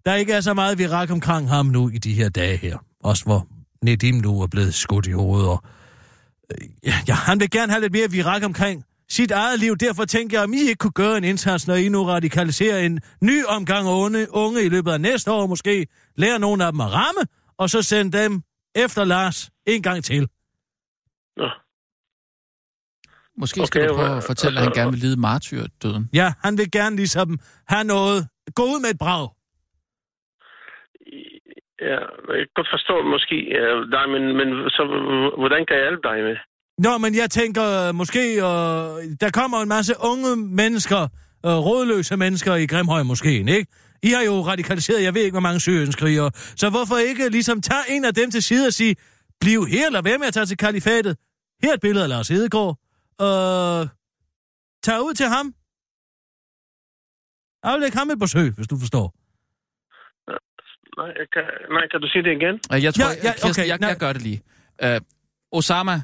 S4: der ikke er så meget virak omkring ham nu i de her dage her. Også hvor Nedim nu er blevet skudt i hovedet, og øh, ja, han vil gerne have lidt mere virak omkring sit eget liv. Derfor tænker jeg, om I ikke kunne gøre en indsats, når I nu radikaliserer en ny omgang af unge, unge i løbet af næste år måske, lærer nogen af dem at ramme, og så sende dem efter Lars en gang til.
S5: Måske skal
S4: Okay,
S5: altså- okay, øh, du prøve
S4: hvad-
S5: at fortælle, at han gerne vil lide martyrdøden.
S4: Ja, han vil gerne ligesom have noget. Gå ud med et brag.
S7: Ja, jeg kan godt forstå måske øh, dig, men, men så, øh, hvordan kan jeg hjælpe dig med?
S4: Nå, men jeg tænker øh, måske, øh, der kommer en masse unge mennesker, øh, rådløse mennesker i Grimhøj måske, ikke? I har jo radikaliseret, jeg ved ikke, hvor mange syrienskrigere. Så hvorfor ikke ligesom tage en af dem til side og sige, bliv her, eller hvad med at tage til kalifatet? Her er et billede af Lars Hedegaard. Øh, tag ud til ham. Aflæg ham et besøg, hvis du forstår.
S7: Nej, jeg kan, nej, kan du sige det igen?
S5: Øh, Jeg tror, ja, ja, okay, Kirsten, jeg, jeg gør det lige. Øh, Osama,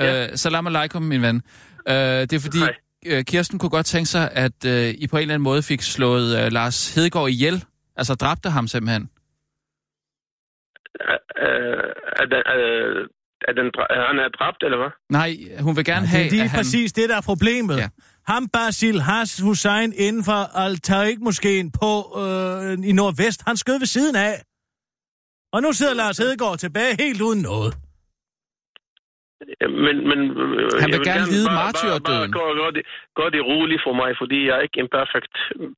S5: øh, salam alaikum, min ven. Øh, det er fordi, øh, Kirsten kunne godt tænke sig, at øh, I på en eller anden måde fik slået øh, Lars Hedegaard ihjel. Altså dræbte ham simpelthen.
S7: Øh, er, den, øh, er den, dra- er han er dræbt, eller hvad?
S5: Nej, hun vil gerne
S4: Ja,
S5: have,
S4: Det er lige
S5: at han...
S4: præcis det, der er problemet. Ja. Ham Basil Has Hussein inden for al moskeen på øh, i Nordvest, han skød ved siden af. Og nu sidder Lars Hedegaard tilbage helt uden noget.
S7: Ja, Men, men, øh,
S4: Han vil
S7: jeg
S4: gerne lide
S7: bare-
S4: martyrdøden.
S7: Bare, bare, bare, gør, det, gør det roligt for mig, fordi jeg er ikke en perfekt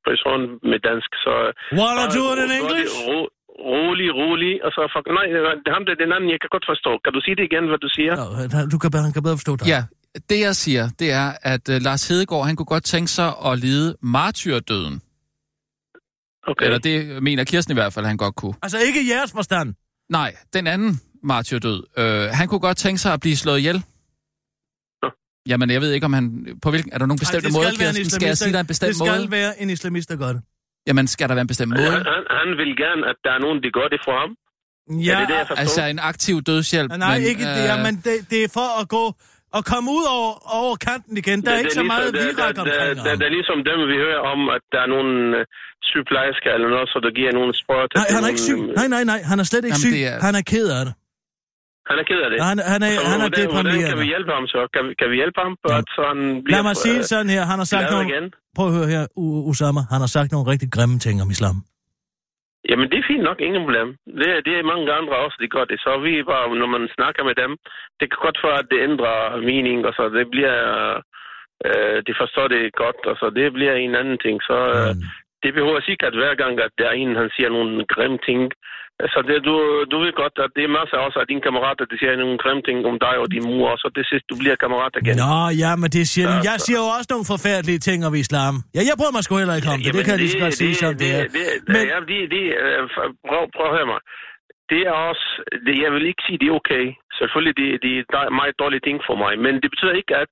S7: person med dansk. Så,
S4: What
S7: bare
S4: are you doing in
S7: gør det
S4: English?
S7: ro- Rolig, rolig, og så fuck, nej, det er ham der, den anden, jeg kan godt forstå. Kan du sige det igen, hvad du siger?
S4: Ja. Du kan, bedre- han kan bedre forstå dig.
S5: Ja, det jeg siger, det er, at øh, Lars Hedegaard, han kunne godt tænke sig at lide martyrdøden.
S7: Okay.
S5: Eller det mener Kirsten i hvert fald, han godt kunne.
S4: Altså ikke i jeres forstand.
S5: Nej, den anden martyrdød. Øh, han kunne godt tænke sig at blive slået ihjel. Jamen, jeg ved ikke, om han... På hvilken, er der nogen
S4: Altså,
S5: bestemte måder, Kirsten? Skal jeg sige, der er en
S4: det
S5: bestemt
S4: skal
S5: måde?
S4: være en islamist, der gør det.
S5: Jamen, skal der være en bestemt måde?
S7: Han, han, han vil gerne, at der er nogen, der gør det for ham.
S4: Ja,
S7: er det det, jeg forstår?
S5: Altså, en aktiv dødshjælp.
S4: Nej, Nej men, ikke det,
S5: øh,
S4: ja, men det, det er for at gå og komme ud over, over kanten igen. Der er ikke så meget virak omkring
S7: det,
S4: ham.
S7: det er ligesom dem, vi hører om, at der er nogle øh, sygeplejersker eller noget, så der giver nogle sprøjter.
S4: Nej,
S7: til øh,
S4: han er ikke syg.
S7: nogle-
S4: Nej, nej, nej, han er slet ikke
S7: Jamen,
S4: syg.
S7: det er-
S4: Han er ked af det.
S7: Han er ked af det.
S4: Han- han er-
S7: så,
S4: han er
S7: Altså, hvordan, hvordan kan
S4: deprimeret.
S7: vi hjælpe ham så? Kan, vi- kan vi hjælpe ham, på, at så han bliver...
S4: Lad mig sige det
S7: øh,
S4: sådan her. Han har sagt
S7: glad
S4: nogle...
S7: igen?
S4: Prøv at høre her, U- Usama. Han har sagt nogle rigtig grimme ting om islam.
S7: Jamen, det er fint nok, ingen problem. Det, er- det er mange andre også, de gør det. Så vi er bare, når man snakker med dem, det kan godt være, at det ændrer mening, og så det bliver... Øh, de forstår det godt, og så det bliver en anden ting. Så øh,
S4: Mm.
S7: det behøver sikkert hver gang, at der er en, han siger nogle grimme ting. Så det, du, du ved godt, at det er masser også af dine kammerater, der siger nogle grimme ting om dig og din mor, og så det sidste, du bliver kammerat igen.
S4: Nå, ja, men det siger
S7: Ja,
S4: de. Jeg
S7: så-
S4: siger jo også nogle forfærdelige ting om islam. Ja, jeg bryder mig sgu heller ikke om det. Det kan jeg lige så godt sige, som det er.
S7: Det, men... ja, det, det, øh, f- prøv, prøv at høre mig. Det er også, det, jeg vil ikke sige, det er okay. Selvfølgelig, det, det er dej- meget dårlige ting for mig, men det betyder ikke, at,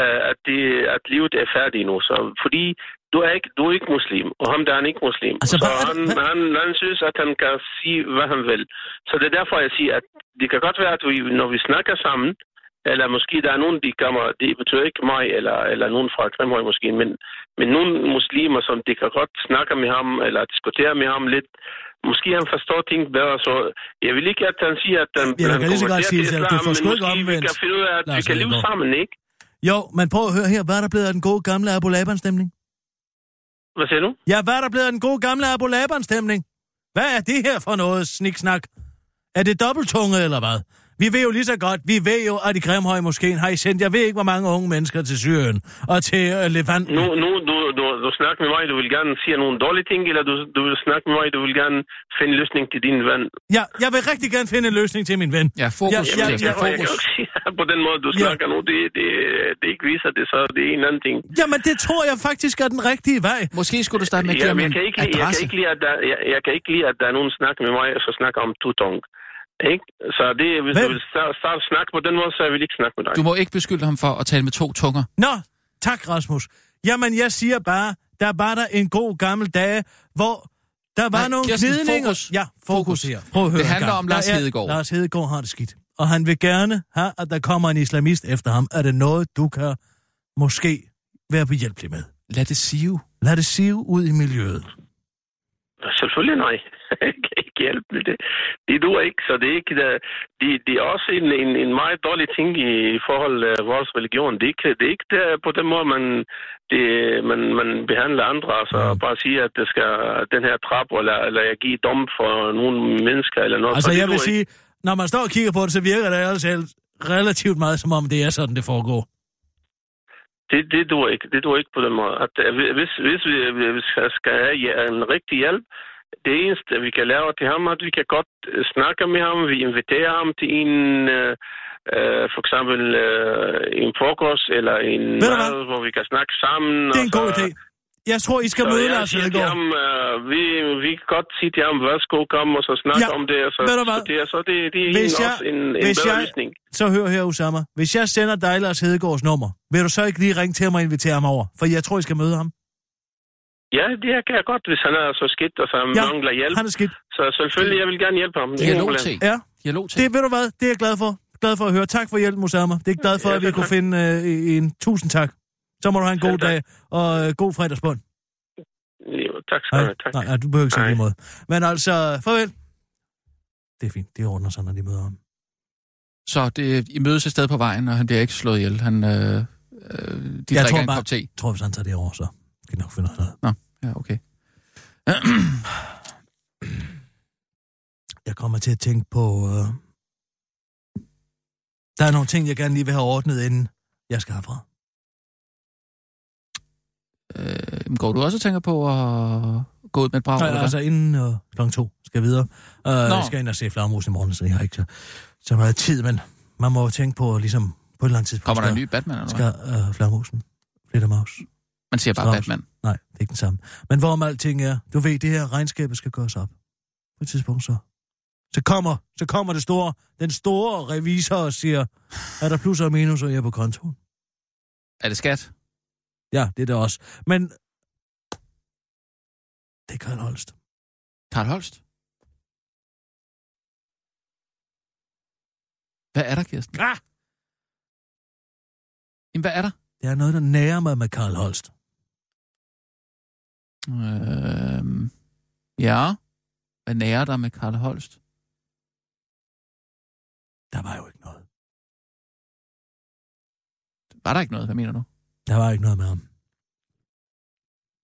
S7: øh, at, det, at livet er færdigt nu. Så, fordi du er, ikke, du er ikke muslim, og ham der er han ikke muslim. Altså, så han, han, han synes, at han kan sige, hvad han vil. Så det er derfor, jeg siger, at det kan godt være, at vi, når vi snakker sammen, eller måske der er nogen, de kommer, det betyder ikke mig, eller, eller nogen fra Grimhøj måske, men, men nogle muslimer, som de kan godt snakke med ham, eller diskutere med ham lidt, måske han forstår ting bedre, så jeg vil ikke, at han siger, at han,
S4: jeg
S7: han
S4: kan lige så godt
S7: konverterer
S4: sige
S7: til
S4: det, at du
S7: islam,
S4: får
S7: men
S4: sgu ikke
S7: måske Vi kan
S4: omvendt,
S7: finde ud af, at vi
S4: Lars
S7: kan leve
S4: Hedegaard.
S7: sammen, ikke?
S4: Jo, men prøv at høre her. Hvad er der blevet af den gode gamle Abu Laban-stemning?
S7: Hvad siger du?
S4: Ja, hvad er der blevet af den gode gamle Abu Laban-stemning? Hvad er det her for noget sniksnak? Er det dobbelttunget eller hvad? Vi ved jo lige så godt, vi ved jo, at i Grimhøj måske har I sendt, jeg ved ikke, hvor mange unge mennesker til Syrien og til øh, Levanten.
S7: Nu, nu du, du, du snakker med mig, du vil gerne sige nogle dårlige ting, eller du, du vil snakke med mig, du vil gerne finde løsning til din ven.
S4: Ja, jeg vil rigtig gerne finde en løsning til min ven.
S5: Ja,
S7: Ja, ja, ja, ja, jeg kan ikke sige, at på den måde, du snakker nu, det, det, det ikke viser det, så det er en anden ting.
S4: Jamen, det tror jeg faktisk er den rigtige vej.
S5: Måske skulle du starte med at give
S7: Ja,
S5: ham
S7: men jeg
S5: en
S7: kan ikke lide, jeg kan
S5: adresse.
S7: ikke lide, at der, jeg, jeg kan ikke lide, at der er nogen der snakker med mig, og så snakker om tutong. Ikke? Så det, hvis du vil starte, starte snak på den måde, så jeg vil ikke snakke med dig.
S5: Du må ikke beskylde ham for at tale med to tunger.
S4: Nå, tak Rasmus. Jamen, jeg siger bare, der var der en god gammel dag, hvor der var
S5: Nej,
S4: Nej, nogle
S5: Kirsten,
S4: gnidninger.
S5: fokus.
S4: Ja, fokus
S5: Fokus.
S4: her. Prøv at høre
S5: Det handler
S4: engang.
S5: om Lars
S4: Der er-
S5: Hedegaard.
S4: Lars Hedegaard har det skidt. Og han vil gerne have, at der kommer en islamist efter ham. Er det noget, du kan måske være behjælpelig med?
S5: Lad det sive.
S4: Lad det sive ud i miljøet.
S7: Selvfølgelig nej. Jeg kan ikke hjælpe med det. Det duer ikke, så det er, ikke, der- det, det er også en, en, en meget dårlig ting i forhold til vores religion. Det er ikke, det er ikke der, på den måde, man, det, man, man behandler andre. Altså
S4: Mm.
S7: bare sige, at det skal den her trap, eller, eller jeg giver dom for nogle mennesker, eller noget.
S4: Altså,
S7: Så det
S4: jeg vil
S7: duer
S4: sige, når man står og kigger på det, så virker det altså relativt meget, som om det er sådan, det foregår.
S7: Det, det duer ikke. Det duer ikke på den måde. At, øh, hvis, hvis vi vi skal- skal have ja- en rigtig hjælp, det eneste, vi kan lave til ham, at vi kan godt øh, snakke med ham. Vi inviterer ham til en, øh, øh, for eksempel øh, en frokost eller en
S4: Ved du hvad?
S7: mad, hvor vi kan snakke sammen.
S4: Det er en
S7: og så-
S4: god idé. Jeg tror, I skal
S7: så
S4: møde
S7: jeg
S4: Lars
S7: siger til
S4: Hedegaard.
S7: ham, øh, vi, vi kan godt sige til ham, værsgo, kom og så snakke
S4: Ja,
S7: om det. Og så,
S4: ved du hvad?
S7: så det, er- så det, det er
S4: Hvis
S7: en-
S4: jeg-
S7: også en, en
S4: hvis
S7: bedre
S4: jeg-
S7: løsning.
S4: Så hør her, Osama. Hvis jeg sender dig Lars Hedegaards nummer, vil du så ikke lige ringe til ham og invitere ham over? For jeg tror, I skal møde ham.
S7: Ja, det her kan jeg godt, hvis han er så skidt, og så
S4: Ja,
S7: ja, mangler hjælp.
S4: han er skidt.
S7: Så selvfølgelig, jeg vil gerne hjælpe ham. Ingen problem.
S4: Ja,
S5: Dialog
S4: det ved du hvad, det er jeg glad for. Glad for at høre. Tak for hjælpen, Osama. Det er glad for,
S7: Ja,
S4: at vi
S7: selv
S4: kunne
S7: tak.
S4: finde øh, en tusind tak. Så må du have en god
S7: Selv tak.
S4: dag, og øh, god fredagsbund.
S7: Jo, tak skal du have. Tak.
S4: Nej, nej, du behøver ikke sige det måde. Men altså, farvel. Det er fint, det ordner sig, når de møder ham.
S5: Så det, I mødes et sted på vejen, og han bliver ikke slået ihjel. Han, øh, øh, de drikker
S4: tror
S5: en
S4: bare-
S5: kop te.
S4: Jeg tror, hvis han tager det over, så kan de nok finde noget.
S5: Nå, ja, okay.
S4: Jeg kommer til at tænke på... Øh... Der er nogle ting, jeg gerne lige vil have ordnet, inden jeg skal herfra.
S5: Øh, jamen, går du også og tænker på at gå ud med et brag?
S4: Nej,
S5: eller hvad?
S4: altså inden øh, kl. 2 skal jeg videre. Øh, jeg
S5: Nå.
S4: skal ind og se flammus i morgen, så jeg har ikke så, så meget tid, men man må jo tænke på, ligesom på et eller andet tidspunkt...
S5: Kommer der en
S4: skal-
S5: ny Batman, eller
S4: Skal øh, flammusen, Flittermaus...
S5: Man siger bare
S4: Strauss.
S5: Batman.
S4: Nej, det er ikke den samme. Men hvorom alting er, du ved, det her regnskabet skal gøres op. På et tidspunkt så. Så kommer, så kommer det store, den store revisor og siger, er der plus og minus, og jeg er på kontoen?
S5: Er det skat?
S4: Ja, det er det også. Men det er Karl Holst.
S5: Karl Holst? Hvad er der, Kirsten? Ah! Jamen, hvad er der?
S4: Det er noget, der nærer mig med Karl Holst.
S5: Øhm, ja. Hvad nærer dig med Karl Holst?
S4: Der var jo ikke noget.
S5: Var der ikke noget? Hvad mener du?
S4: Der var ikke noget med ham.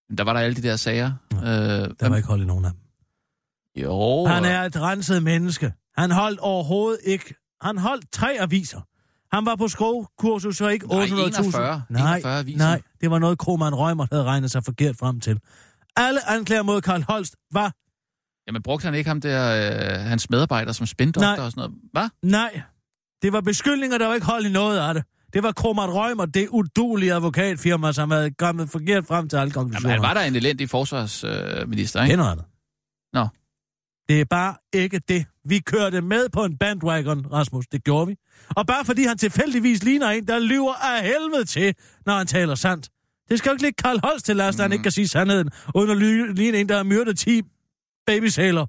S5: Men Der var der alle de der sager. Øh,
S4: Der
S5: hvem-
S4: var ikke hold i nogen af dem.
S5: Jo.
S4: Han er et renset menneske. Han holdt overhovedet ikke... Han holdt tre aviser. Han var på skovkursus, så ikke
S5: Nej,
S4: 800.000.
S5: 41.
S4: nej,
S5: 41 aviser.
S4: nej, det var noget, Kroman Rømer havde regnet sig forkert frem til. Alle anklager mod Karl Holst var
S5: Jamen, brugte han ikke ham der, øh, hans medarbejder, som spindoktor
S4: Nej.
S5: og sådan noget? Hvad?
S4: nej. Det var beskyldninger, der var ikke hold i noget af det. Det var Kroman Rømer, det udulige advokatfirma, som havde kommet forkert frem til alle konklusioner.
S5: Jamen, han var der en elendig forsvarsminister, øh, ikke?
S4: Henrettet.
S5: Nå.
S4: Det er bare ikke det. Vi kørte med på en bandwagon, Rasmus. Det gjorde vi. Og bare fordi han tilfældigvis ligner en, der lyver af helvede til, når han taler sandt. Det skal jo ikke ligge Karl Holst til last, mm. han ikke kan sige sandheden, uden at ly- ligne en, der har myrdet 10 babysæler.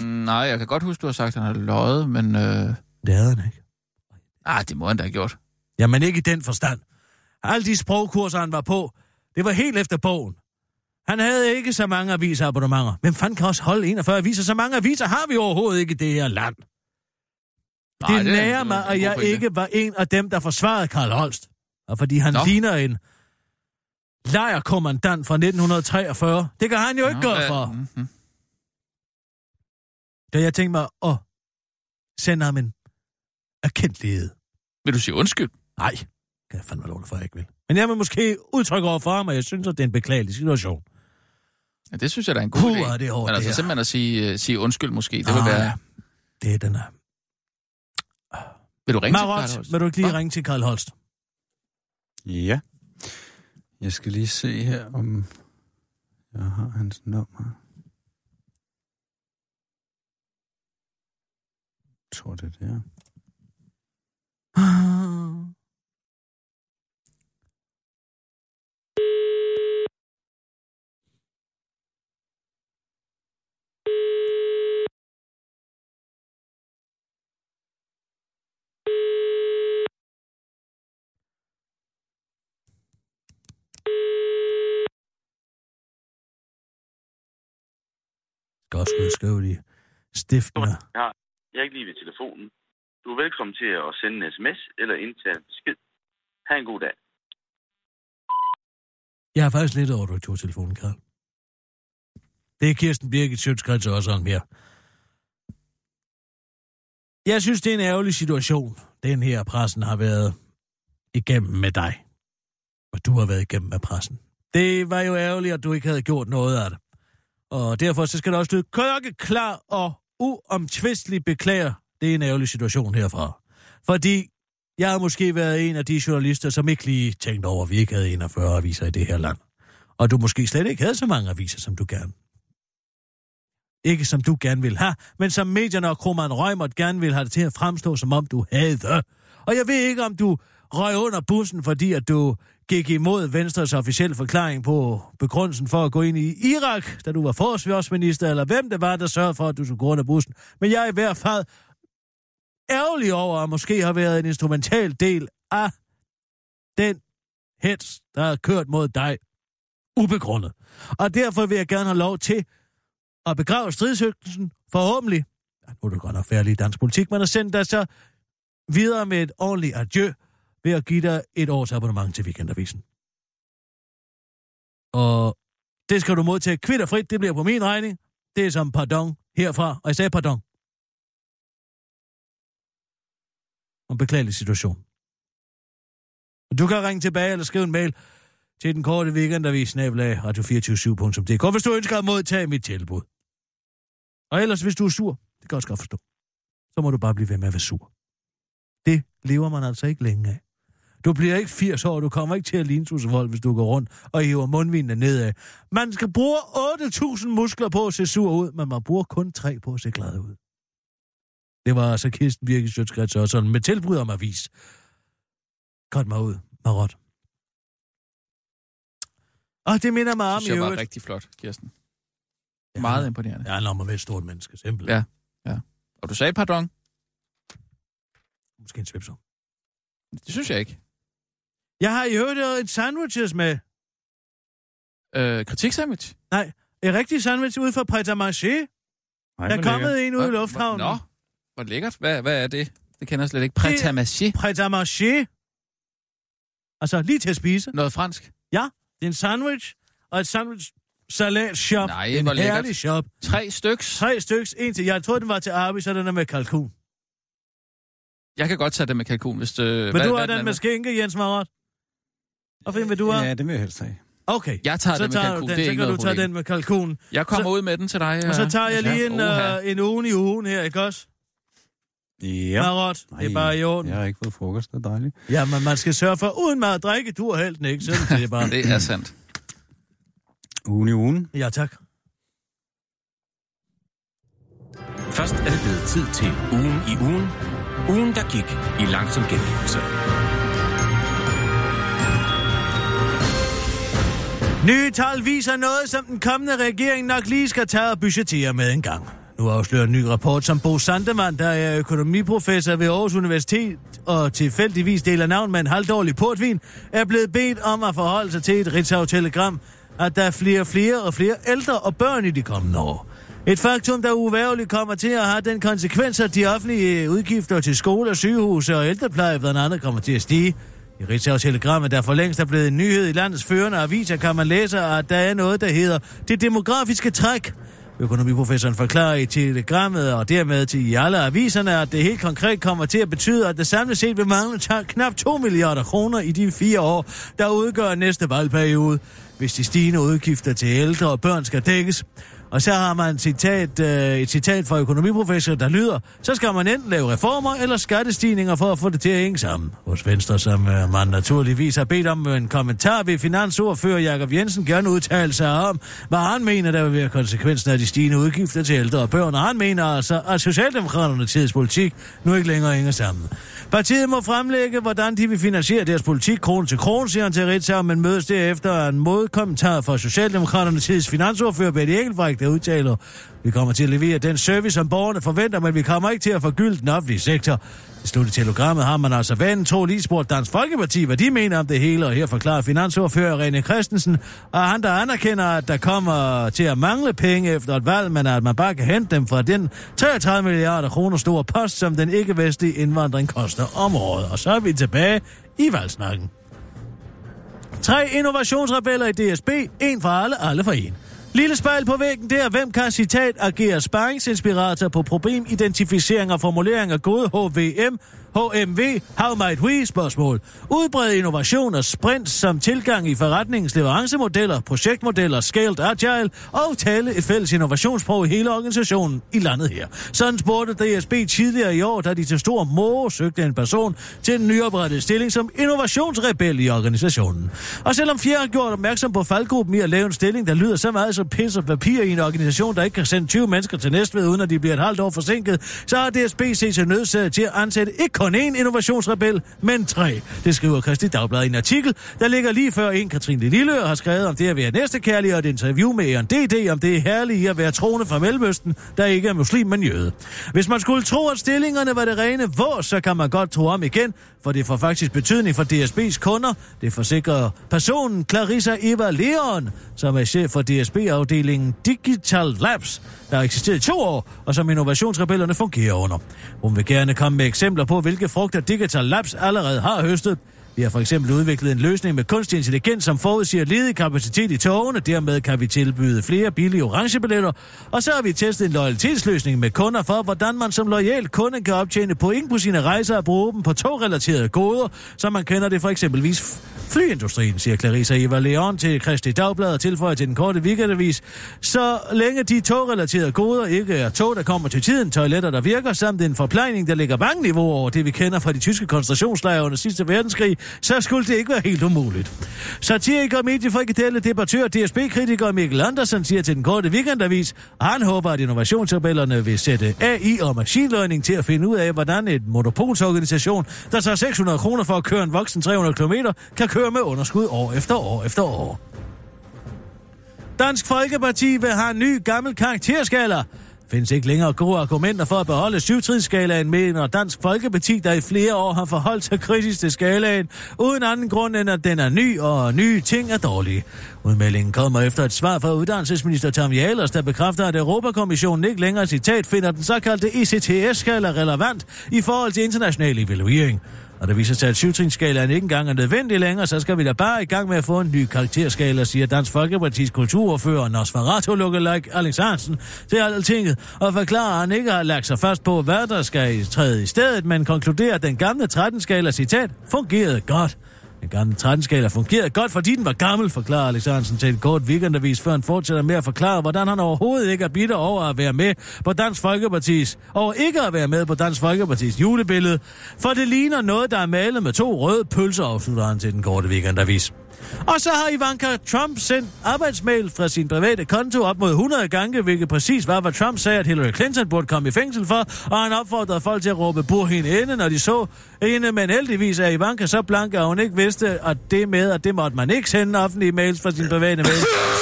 S5: Mm, nej, jeg kan godt huske, du har sagt, at han har løjet, men... Øh,
S4: Det havde han ikke.
S5: ah, det må han da have gjort.
S4: Jamen ikke i den forstand. Alle de sprogkurser, han var på, det var helt efter bogen. Han havde ikke så mange avisabonnementer. Hvem fanden kan også holde 41 aviser? Så mange aviser har vi overhovedet ikke i det her land.
S5: Nej,
S4: det
S5: det er
S4: nærer
S5: en-
S4: mig,
S5: en
S4: at
S5: god
S4: jeg
S5: pointe.
S4: ikke var en af dem, der forsvarede Karl Holst. Og fordi han
S5: Nå.
S4: Nå. ligner en lejerkommandant fra 1943. Det kan han jo ikke Nå, gøre
S5: hvad-
S4: for.
S5: mhm.
S4: Da jeg tænkte mig at sende ham en erkendelighed.
S5: Vil du sige undskyld?
S4: Nej, kan jeg fandme love dig for, at jeg ikke vil. Men jeg vil måske udtrykke over for ham, at jeg synes, at det er en beklagelig situation.
S5: Ja, det synes jeg, der er en god
S4: Puh,
S5: idé.
S4: er det hårdt,
S5: men altså
S4: det her.
S5: simpelthen at sige, øh, sige undskyld måske, det vil
S4: Ah,
S5: være...
S4: ja. Det er den her.
S5: Vil du ringe til Karl
S4: Marot,
S5: Holst?
S4: vil du ikke lige ringe til Karl Holst?
S8: Ja. Jeg skal lige se her, om jeg har hans nummer. Jeg tror, det er der.
S4: skulle skrive de stiftende.
S18: Jeg har, jeg er ikke lige ved telefonen. Du er velkommen til at sende en sms eller indtage en besked. Ha' en god dag.
S4: Jeg har faktisk lidt over, at du tog telefonen, Karl. Det er Kirsten Birgit Sjøtskrets også om her. Jeg synes, det er en ærgerlig situation, den her pressen har været igennem med dig. Og du har været igennem med pressen. Det var jo ærgerligt, at du ikke havde gjort noget af det. Og derfor så skal der også lyde klokke klar og uomtvisteligt beklager. Det er en ærgerlig situation herfra. Fordi jeg har måske været en af de journalister, som ikke lige tænkte over, at vi ikke havde 41 aviser i det her land. Og du måske slet ikke havde så mange aviser, som du gerne. Ikke som du gerne vil have, men som medierne og Kroman Rømert gerne vil have det til at fremstå, som om du havde. det. Og jeg ved ikke, om du røg under bussen, fordi at du gik imod Venstres officielle forklaring på begrundelsen for at gå ind i Irak, da du var forsvarsminister, eller hvem det var, der sørgede for, at du skulle gå under bussen. Men jeg er i hvert fald ærgerlig over, at måske har været en instrumental del af den hets, der har kørt mod dig, ubegrundet. Og derfor vil jeg gerne have lov til at begrave stridsøgelsen, forhåbentlig. Ja, nu er det godt nok færdig i dansk politik, men at sende dig så videre med et ordentligt adieu, ved at give dig et års abonnement til Weekendavisen. Og det skal du modtage kvitterfrit, det bliver på min regning. Det er som pardon herfra, og jeg sagde pardon. En beklagelig situation. Og Du kan ringe tilbage eller skrive en mail til den korte weekendavis, snabelag, radio247.dk, hvis du ønsker at modtage mit tilbud. Og ellers, hvis du er sur, det kan jeg også godt forstå, så må du bare blive ved med at være sur. Det lever man altså ikke længe af. Du bliver ikke 80 år, du kommer ikke til at ligne Susse Wolf, hvis du går rundt og hiver mundvindene nedad. Man skal bruge 8.000 muskler på at se sur ud, men man bruger kun 3 på at se glad ud. Det var altså Kirsten Birke Sjøtskrets og sådan med tilbud om avis. Godt mig ud, Marot. Og det minder mig om
S5: synes
S4: i
S5: jeg var
S4: øvrigt.
S5: rigtig flot, Kirsten. Meget imponerende.
S4: Ja, når man er et stort menneske, simpelthen.
S5: Ja, ja. Og du sagde pardon?
S4: Måske en svipsum.
S5: Det synes jeg ikke.
S4: Jeg har i øvrigt et sandwiches med.
S5: Øh, kritiksandwich?
S4: Nej, en rigtig sandwich ude fra Pret Marché. Der er kommet en ude i lufthavnen.
S5: Nå, hvor lækkert. Hvad, hvad er det? Det kender jeg slet ikke. Prêt à manger.
S4: Prêt à manger. Altså, lige til at spise.
S5: Noget fransk?
S4: Ja, det er en sandwich, og et sandwich salat shop.
S5: Nej,
S4: en
S5: hvor lækkert.
S4: herlig shop.
S5: Tre styks?
S4: Tre styks. En til. Jeg troede, den var til Arby, så den er med kalkun.
S5: Jeg kan godt tage det med kalkun, hvis øh, det...
S4: Vil du have den med skinke, Jens Marat? Og hvem vil du have?
S8: Ja, det vil jeg helst have.
S4: Okay.
S5: Jeg tager
S4: så
S5: den med
S4: tager Du den,
S5: kalkun. Det er
S4: så
S5: ikke
S4: kan
S5: noget
S4: du tage
S5: problem.
S4: den med kalkun.
S5: Jeg kommer
S4: så,
S5: ud med den til dig. øh,
S4: Og så tager jeg lige en,
S5: Oha.
S4: øh, en ugen i ugen her, ikke også?
S8: Ja.
S4: Marot, det er bare i orden.
S8: Jeg har ikke fået frokost, det er dejligt.
S4: Ja, men man skal sørge for, uden mad og drikke, du og helten ikke, sådan det er bare.
S5: det er sandt.
S8: Ugen i ugen.
S4: Ja, tak.
S10: Først er det blevet tid til ugen i ugen. Ugen, der gik i langsom gengivelse.
S4: Nye tal viser noget, som den kommende regering nok lige skal tage og budgettere med en gang. Nu afslører en ny rapport, som Bo Sandemann, der er økonomiprofessor ved Aarhus Universitet og tilfældigvis deler navn med en halvdårlig portvin, er blevet bedt om at forholde sig til et Ritzau-telegram, at der er flere, flere og flere ældre og børn i de kommende år. Et faktum, der uværligt kommer til at have den konsekvens, at de offentlige udgifter til skoler, sygehuse og ældrepleje blandt andet kommer til at stige. I Ritzau Telegrammet, der for længst er blevet en nyhed i landets førende aviser, kan man læse, at der er noget, der hedder det demografiske træk. Økonomiprofessoren forklarer i telegrammet og dermed til i alle aviserne, at det helt konkret kommer til at betyde, at det samlet set vil mangle ta- knap 2 milliarder kroner i de fire år, der udgør næste valgperiode, hvis de stigende udgifter til ældre og børn skal dækkes. Og så har man et citat, øh, et citat fra økonomiprofessor, der lyder, så skal man enten lave reformer eller skattestigninger for at få det til at hænge sammen. Hos Venstre, som øh, man naturligvis har bedt om øh, en kommentar, vil finansordfører Jakob Jensen gerne udtale sig om, hvad han mener, der vil være konsekvensen af de stigende udgifter til ældre og børn. Og han mener altså, at Socialdemokraterne tids politik nu ikke længere hænger sammen. Partiet må fremlægge, hvordan de vil finansiere deres politik krone til krone, siger han til Ritzau, men mødes derefter af en modkommentar fra Socialdemokraterne tids finansordfører Betty Engelbrecht, skal udtale, og vi kommer til at levere den service, som borgerne forventer, men vi kommer ikke til at forgylde den offentlige sektor. I slut i telegrammet har man altså vanen tro lige spurgt Dansk Folkeparti, hvad de mener om det hele, og her forklarer finansordfører René Christensen, og han der anerkender, at der kommer til at mangle penge efter et valg, men at man bare kan hente dem fra den 33 milliarder kroner store post, som den ikke-vestlige indvandring koster om året. Og så er vi tilbage i valgsnakken. Tre innovationsrebeller i DSB, en for alle, alle for en. Lille spejl på væggen, det er, hvem kan, citat, agere sparringsinspirator på problemidentificering og formulering af gode HVM, HMV, how might we, spørgsmål. Udbred innovation og sprint som tilgang i forretningens leverancemodeller, projektmodeller, scaled agile og tale et fælles innovationssprog i hele organisationen i landet her. Sådan spurgte DSB tidligere i år, da de til stor mor søgte en person til den nyoprettede stilling som innovationsrebel i organisationen. Og selvom Fjer har gjort opmærksom på faldgruppen i at lave en stilling, der lyder så meget som pis og papir i en organisation, der ikke kan sende 20 mennesker til Næstved, uden at de bliver et halvt år forsinket, så har DSB set sig nødsaget til at ansætte ikke kun én innovationsrebel, men tre. Det skriver Kristi Dagblad i en artikel, der ligger lige før en Katrine Lille har skrevet om det at være næstekærlig og et interview med Aaron D.D. om det herlige at være troende fra Mellemøsten, der ikke er muslim, men jøde. Hvis man skulle tro, at stillingerne var det rene hvor, så kan man godt tro om igen, for det får faktisk betydning for DSB's kunder. Det forsikrer personen Clarissa Eva Leon, som er chef for DSB-afdelingen Digital Labs, der har eksisteret i to år, og som innovationsrebellerne fungerer under. Hun vil gerne komme med eksempler på, hvilke frugter Digital Labs allerede har høstet. Vi har for eksempel udviklet en løsning med kunstig intelligens, som forudsiger ledig kapacitet i togene. Dermed kan vi tilbyde flere billige orangebilletter. Og så har vi testet en loyalitetsløsning med kunder for, hvordan man som lojal kunde kan optjene point på sine rejser og bruge dem på togrelaterede goder, som man kender det for eksempelvis f- flyindustrien, siger Clarissa Eva Leon til Kristi Dagblad og tilføjer til den korte weekendavis. Så længe de togrelaterede goder ikke er tog, der kommer til tiden, toiletter, der virker, samt en forplejning, der ligger mange niveauer over det, vi kender fra de tyske koncentrationslejre under sidste verdenskrig, så skulle det ikke være helt umuligt. Satiriker, mediefrikadelle, debattør, DSB-kritiker Mikkel Andersen siger til den korte weekendavis, at han håber, at innovationstabellerne vil sætte AI og machine learning til at finde ud af, hvordan en monopolsorganisation, der tager 600 kroner for at køre en voksen 300 km, kan køre med underskud år efter år efter år. Dansk Folkeparti vil have en ny gammel karakterskala. Findes ikke længere gode argumenter for at beholde syvtrinsskalaen, mener Dansk Folkeparti, der i flere år har forholdt sig kritisk til skalaen, uden anden grund end at den er ny, og nye ting er dårlige. Udmeldingen kommer efter et svar fra uddannelsesminister Tom Jahlers, der bekræfter, at Europakommissionen ikke længere citat finder den såkaldte E ECTS-skala relevant i forhold til international evaluering. Og det viser sig, at syvtrinsskalaen ikke engang er nødvendig længere, så skal vi da bare i gang med at få en ny karakterskala, siger Dansk Folkepartis kulturordfører Nosferatu Lukkelike Alex Hansen til Altinget, og forklarer, at han ikke har lagt sig fast på, hvad der skal i- træde i stedet, men konkluderer, at den gamle 13-skala, citat, fungerede godt. Den gamle 13-skala fungerede godt, fordi den var gammel, forklarer Alex Hansen til en kort weekendavis, før han fortsætter med at forklare, hvordan han overhovedet ikke er bitter over at være med på Dansk Folkepartis, og ikke at være med på Dansk Folkepartis julebillede, for det ligner noget, der er malet med to røde pølser, afslutter han til den korte weekendavis. Og så har Ivanka Trump sendt arbejdsmail fra sin private konto op mod 100 gange, hvilket præcis var, hvad Trump sagde, at Hillary Clinton burde komme i fængsel for, og han opfordrede folk til at råbe bur hende inde, når de så hende, men heldigvis er Ivanka så blank, at hun ikke vidste, at det med, at det måtte man ikke sende offentlige mails fra sin private mail.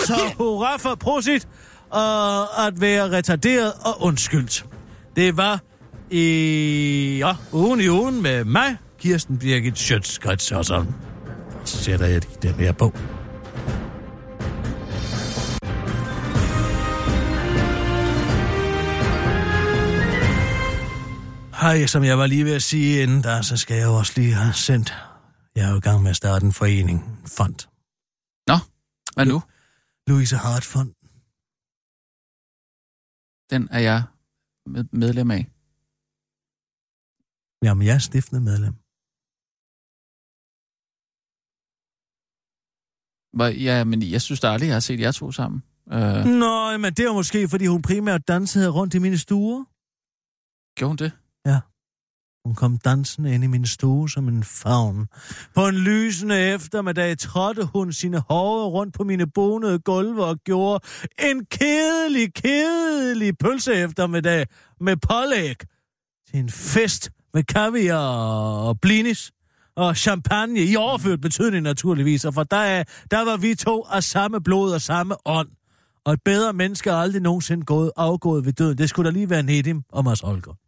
S4: Så hurra for prosit og at være retarderet og undskyldt. Det var i ja, ugen i ugen med mig, Kirsten Birgit Schøtzgrads og sådan så sætter jeg lige den her på. Hej, som jeg var lige ved at sige inden der, så skal jeg jo også lige have sendt... Jeg er jo i gang med at starte en forening, en fond.
S5: Nå, hvad nu?
S4: Louise Hart Fond.
S5: Den er jeg med- medlem af.
S4: Jamen, jeg er stiftende medlem.
S5: Hvor- Ja, men jeg synes da aldrig, jeg har set jer to sammen. Øh,
S4: Nå, men det var måske, fordi hun primært dansede rundt i mine stuer.
S5: gjorde hun det?
S4: Hun kom dansende ind i min stue som en favn. På en lysende eftermiddag trådte hun sine hårde rundt på mine bonede gulve og gjorde en kedelig, kedelig pølse eftermiddag med pålæg til en fest med kaviar og blinis og champagne i overført betydning naturligvis. Og for der, der var vi to af samme blod og samme ånd. Og et bedre menneske er aldrig nogensinde gået, afgået ved døden. Det skulle da lige være Nedim og Mads Olger.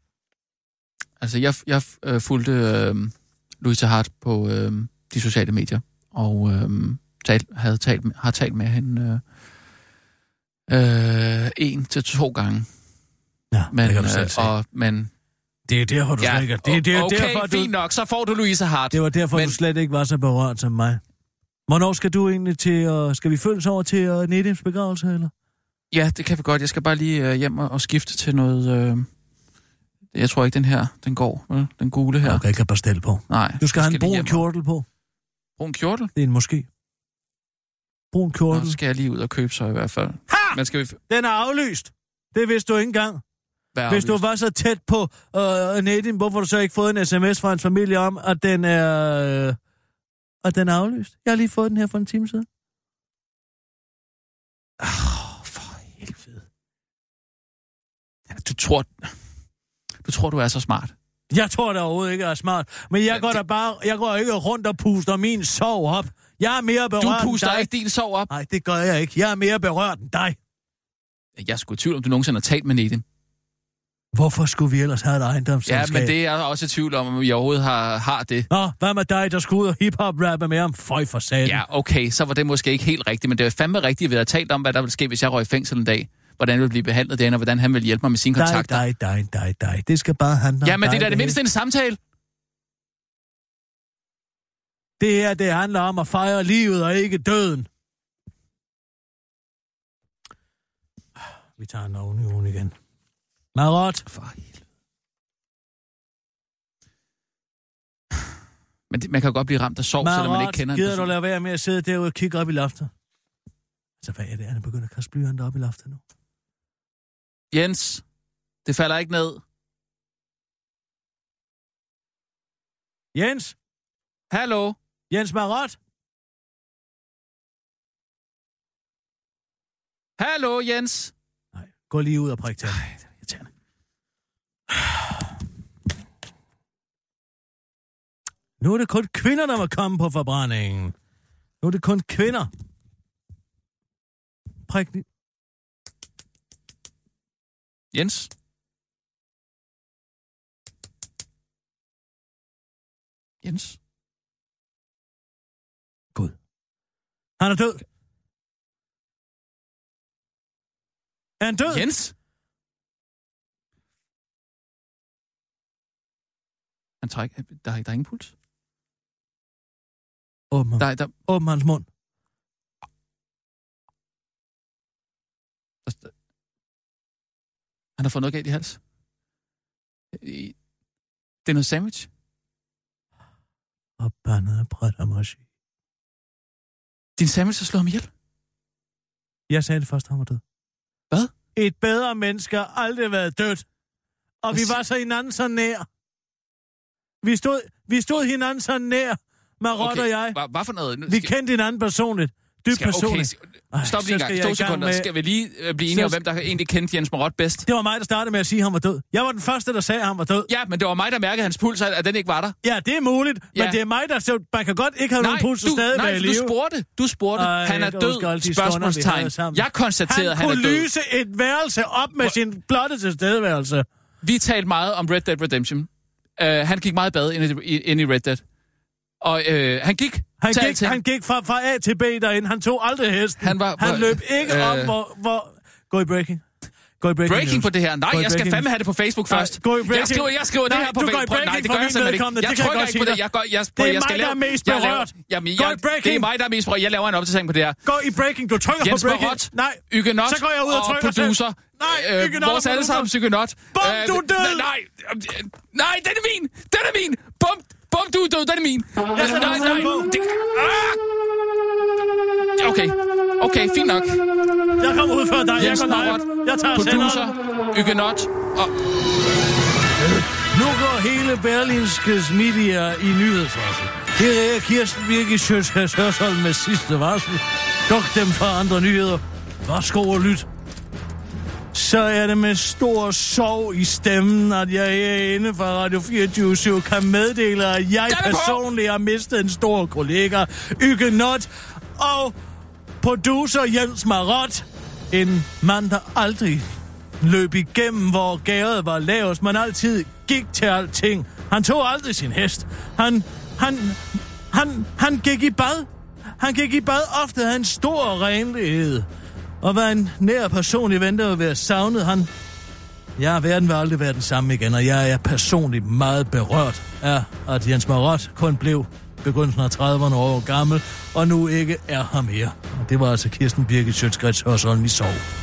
S5: Altså, jeg, jeg øh, fulgte øh, Louise Hart på øh, de sociale medier, og øh, talt, havde talt, har talt med hende øh, øh, en til to gange.
S4: Ja,
S5: men, øh,
S4: det kan du selv se.
S5: og, men
S4: Det er derfor, du ja, slet ikke... Det, er- det, er
S5: okay,
S4: derfor, du,
S5: fint nok, så får du Louise Hart.
S4: det var derfor, men... du slet ikke var så berørt som mig. Hvornår skal du egentlig til... Uh, skal vi følges over til uh, Nedims begravelse, eller?
S5: Ja, det kan vi godt. Jeg skal bare lige øh, hjem og, og skifte til noget... Øh, jeg tror ikke, den her, den går, vel? Den gule her.
S4: Okay, jeg kan bare stille på.
S5: Nej.
S4: Du skal have en
S5: jeg lige
S4: brun
S5: hjem og-
S4: kjortel på.
S5: Brun kjortel?
S4: Det er en måske. Brun kjortel.
S5: Nå, så skal jeg lige ud og købe så i hvert fald.
S4: Ha!
S5: Men skal vi... f-
S4: Den er aflyst. Det vidste du ikke engang.
S5: Hvad er
S4: Hvis du
S5: aflyst?
S4: var så tæt på øh, Nedim, hvorfor har du så ikke fået en sms fra hans familie om, at den er... Øh, at den er aflyst? Jeg har lige fået den her for en time siden.
S5: Du tror... Du tror, du er så smart.
S4: Jeg tror da overhovedet ikke, jeg er smart. Men jeg går da bare... Jeg går ikke rundt og puster min sorg op. Jeg er mere berørt
S5: Du
S4: end
S5: puster
S4: dig.
S5: ikke din sorg op.
S4: Nej, det gør jeg ikke. Jeg er mere berørt end dig.
S5: Jeg er sgu i tvivl, om du nogensinde har talt med Nedim.
S4: Hvorfor skulle vi ellers have et
S5: Ja,
S4: ejendomsselskab?
S5: men det er jeg også i tvivl om, om I overhovedet har, har det.
S4: Nå, hvad med dig, der skulle ud og hiphop-rappe med ham? Føj for satan.
S5: Ja, okay, så var det måske ikke helt rigtigt, men det var fandme rigtigt, at vi havde talt om, hvad der ville ske, hvis jeg røg i fængsel en dag. Hvordan jeg ville blive behandlet derinde, og hvordan han ville hjælpe mig med sine
S4: dig,
S5: kontakter.
S4: dig, dig, dig, dig. Det skal bare handle om
S5: Ja, men det
S4: dig,
S5: er da det
S4: hele.
S5: mindste en samtale.
S4: Det her, det handler om at fejre livet og ikke døden. Vi tager en oven i ugen igen. Marot.
S5: Men det, man kan jo godt blive ramt af sorg, selvom man ikke kender
S4: Marot,
S5: en
S4: gider du
S5: person.
S4: lade være med at sidde derude og kigge op i loftet? Altså, hvad er det? Han er begyndt at kaste blyanter op i loftet nu.
S5: Jens, det falder ikke ned.
S4: Jens?
S5: Hallo?
S4: Jens Marot?
S5: Hallo, Jens?
S4: Gå lige ud og prik til ham. Nu er det kun kvinder, der må komme på forbrændingen. Nu er det kun kvinder. Prik lige.
S5: Jens? Jens?
S4: Han er død. Er han død?
S5: Jens? Han trækker... Der er, der er ingen puls.
S4: Åbn ham.
S5: Der, der,
S4: Åbn hans mund.
S5: han har fået noget galt i hals. I- Det er noget sandwich.
S4: Og bandet bræt og moshi.
S5: Din sandwich har slået ham ihjel.
S4: Jeg sagde det først, han var død.
S5: Hvad?
S4: Et bedre menneske har aldrig været dødt. Og vi var så hinanden så nær. Vi stod, vi stod hinanden så nær, Marot okay. og jeg.
S5: Hvad, hvad for noget? Nu
S4: Vi
S5: skal-
S4: kendte hinanden personligt. Dybt
S5: skal-
S4: personligt.
S5: Okay, stop lige en
S4: så skal
S5: gang.
S4: jeg
S5: To
S4: i gang
S5: sekunder.
S4: med-
S5: Skal vi lige øh, blive enige
S4: Så
S5: om, hvem der egentlig kendte Jens Marot bedst?
S4: Det var mig, der startede med at sige, at han var død. Jeg var den første, der sagde, at han var død.
S5: Ja, men det var mig, der mærkede hans puls, at at den ikke var der.
S4: Ja, det er muligt, ja.
S5: Ja.
S4: men det er mig, der så man kan godt ikke have nogen puls og
S5: du,
S4: stadig
S5: nej,
S4: være i
S5: for
S4: live.
S5: du spurgte. Du spurgte.
S4: Ej,
S5: Ej, han er
S4: jeg kan huske alle
S5: død,
S4: de stunder, vi
S5: spørgsmålstegn.
S4: havde sammen.
S5: Jeg konstaterede, at han,
S4: kunne
S5: er død.
S4: lyse et værelse op med sin blotte tilstedeværelse.
S5: Vi talte meget om Red Dead Redemption. Uh, han gik meget i bad ind i, ind i Red Dead. Og uh, han gik...
S4: Han
S5: til
S4: gik,
S5: alting.
S4: han gik fra, fra A til B derinde. Han tog aldrig hesten.
S5: Han var-
S4: han
S5: hvor-
S4: løb ikke øh... op,
S5: øh,
S4: hvor, hvor... Gå i breaking. Gå i breaking,
S5: Breaking
S4: news.
S5: på det her. Nej,
S4: Gå i
S5: jeg skal
S4: breaking
S5: fandme
S4: news.
S5: have det på Facebook
S4: Nej,
S5: først.
S4: gå i
S5: jeg
S4: breaking.
S5: skriver, jeg skriver
S4: Nej,
S5: det her på
S4: du går i
S5: Facebook. Prøv- Nej,
S4: breaking
S5: det
S4: for
S5: gør jeg
S4: mit
S5: simpelthen
S4: vedkommende.
S5: ikke. Jeg
S4: Det kan jeg
S5: trykker
S4: godt
S5: ikke på
S4: sige
S5: det.
S4: dig.
S5: Jeg, går, jeg,
S4: Det er
S5: jeg skal
S4: mig, der
S5: lave-
S4: er mest
S5: jeg laver-
S4: berørt.
S5: Jamen,
S4: Gå
S5: jeg,
S4: i breaking.
S5: det er mig, der er mest berørt. Jeg laver en opdatering på det her.
S4: Gå i breaking. Du trykker
S5: Jens
S4: på breaking.
S5: Barot,
S4: Nej,
S5: Yge Not
S4: så går jeg ud og,
S5: og
S4: trykker selv.
S5: producer.
S4: Nej,
S5: øh,
S4: Ygenot
S5: vores
S4: og
S5: alle sammen
S4: producer.
S5: Yge Not.
S4: Bum,
S5: Øh,
S4: du er død!
S5: Nej, nej, øh, nej, den er min! Den er min! Bum, bum, du er død, den er min!
S4: Jeg sætter
S5: nej,
S4: den selv
S5: nej,
S4: på.
S5: det, ah! Okay, okay, fint nok.
S4: Jeg kommer ud før dig. Jeg
S5: Jens
S4: går
S5: Barot,
S4: live. Jeg tager
S5: producer,
S4: senderen.
S5: Yge Not og...
S4: Nu går hele Berlinskes media i nyhedsvarsel. Her er Kirsten Birgit Sjøtskæs Hørsholm med sidste varsel. Duk dem fra andre nyheder. Værsgo og lyt. Så er det med stor sorg i stemmen, at jeg herinde fra Radio 24 kan meddele, at jeg personligt har mistet en stor kollega, Ygenot, og producer Jens Marot. En mand, der aldrig løb igennem, hvor gæret var lavest, men altid gik til alting. Han tog aldrig sin hest. Han, han, han, han gik i bad. Han gik i bad ofte af en stor renlighed. Og var en nær person i venter at være savnet, han... Ja, verden vil aldrig være den samme igen, og jeg er personligt meget berørt af, at Jens Marot kun blev begyndelsen af 30'erne år gammel, og nu ikke er her mere. Og Det var altså Kirsten Birgit Sjøtskrets Hørsholm i Sov.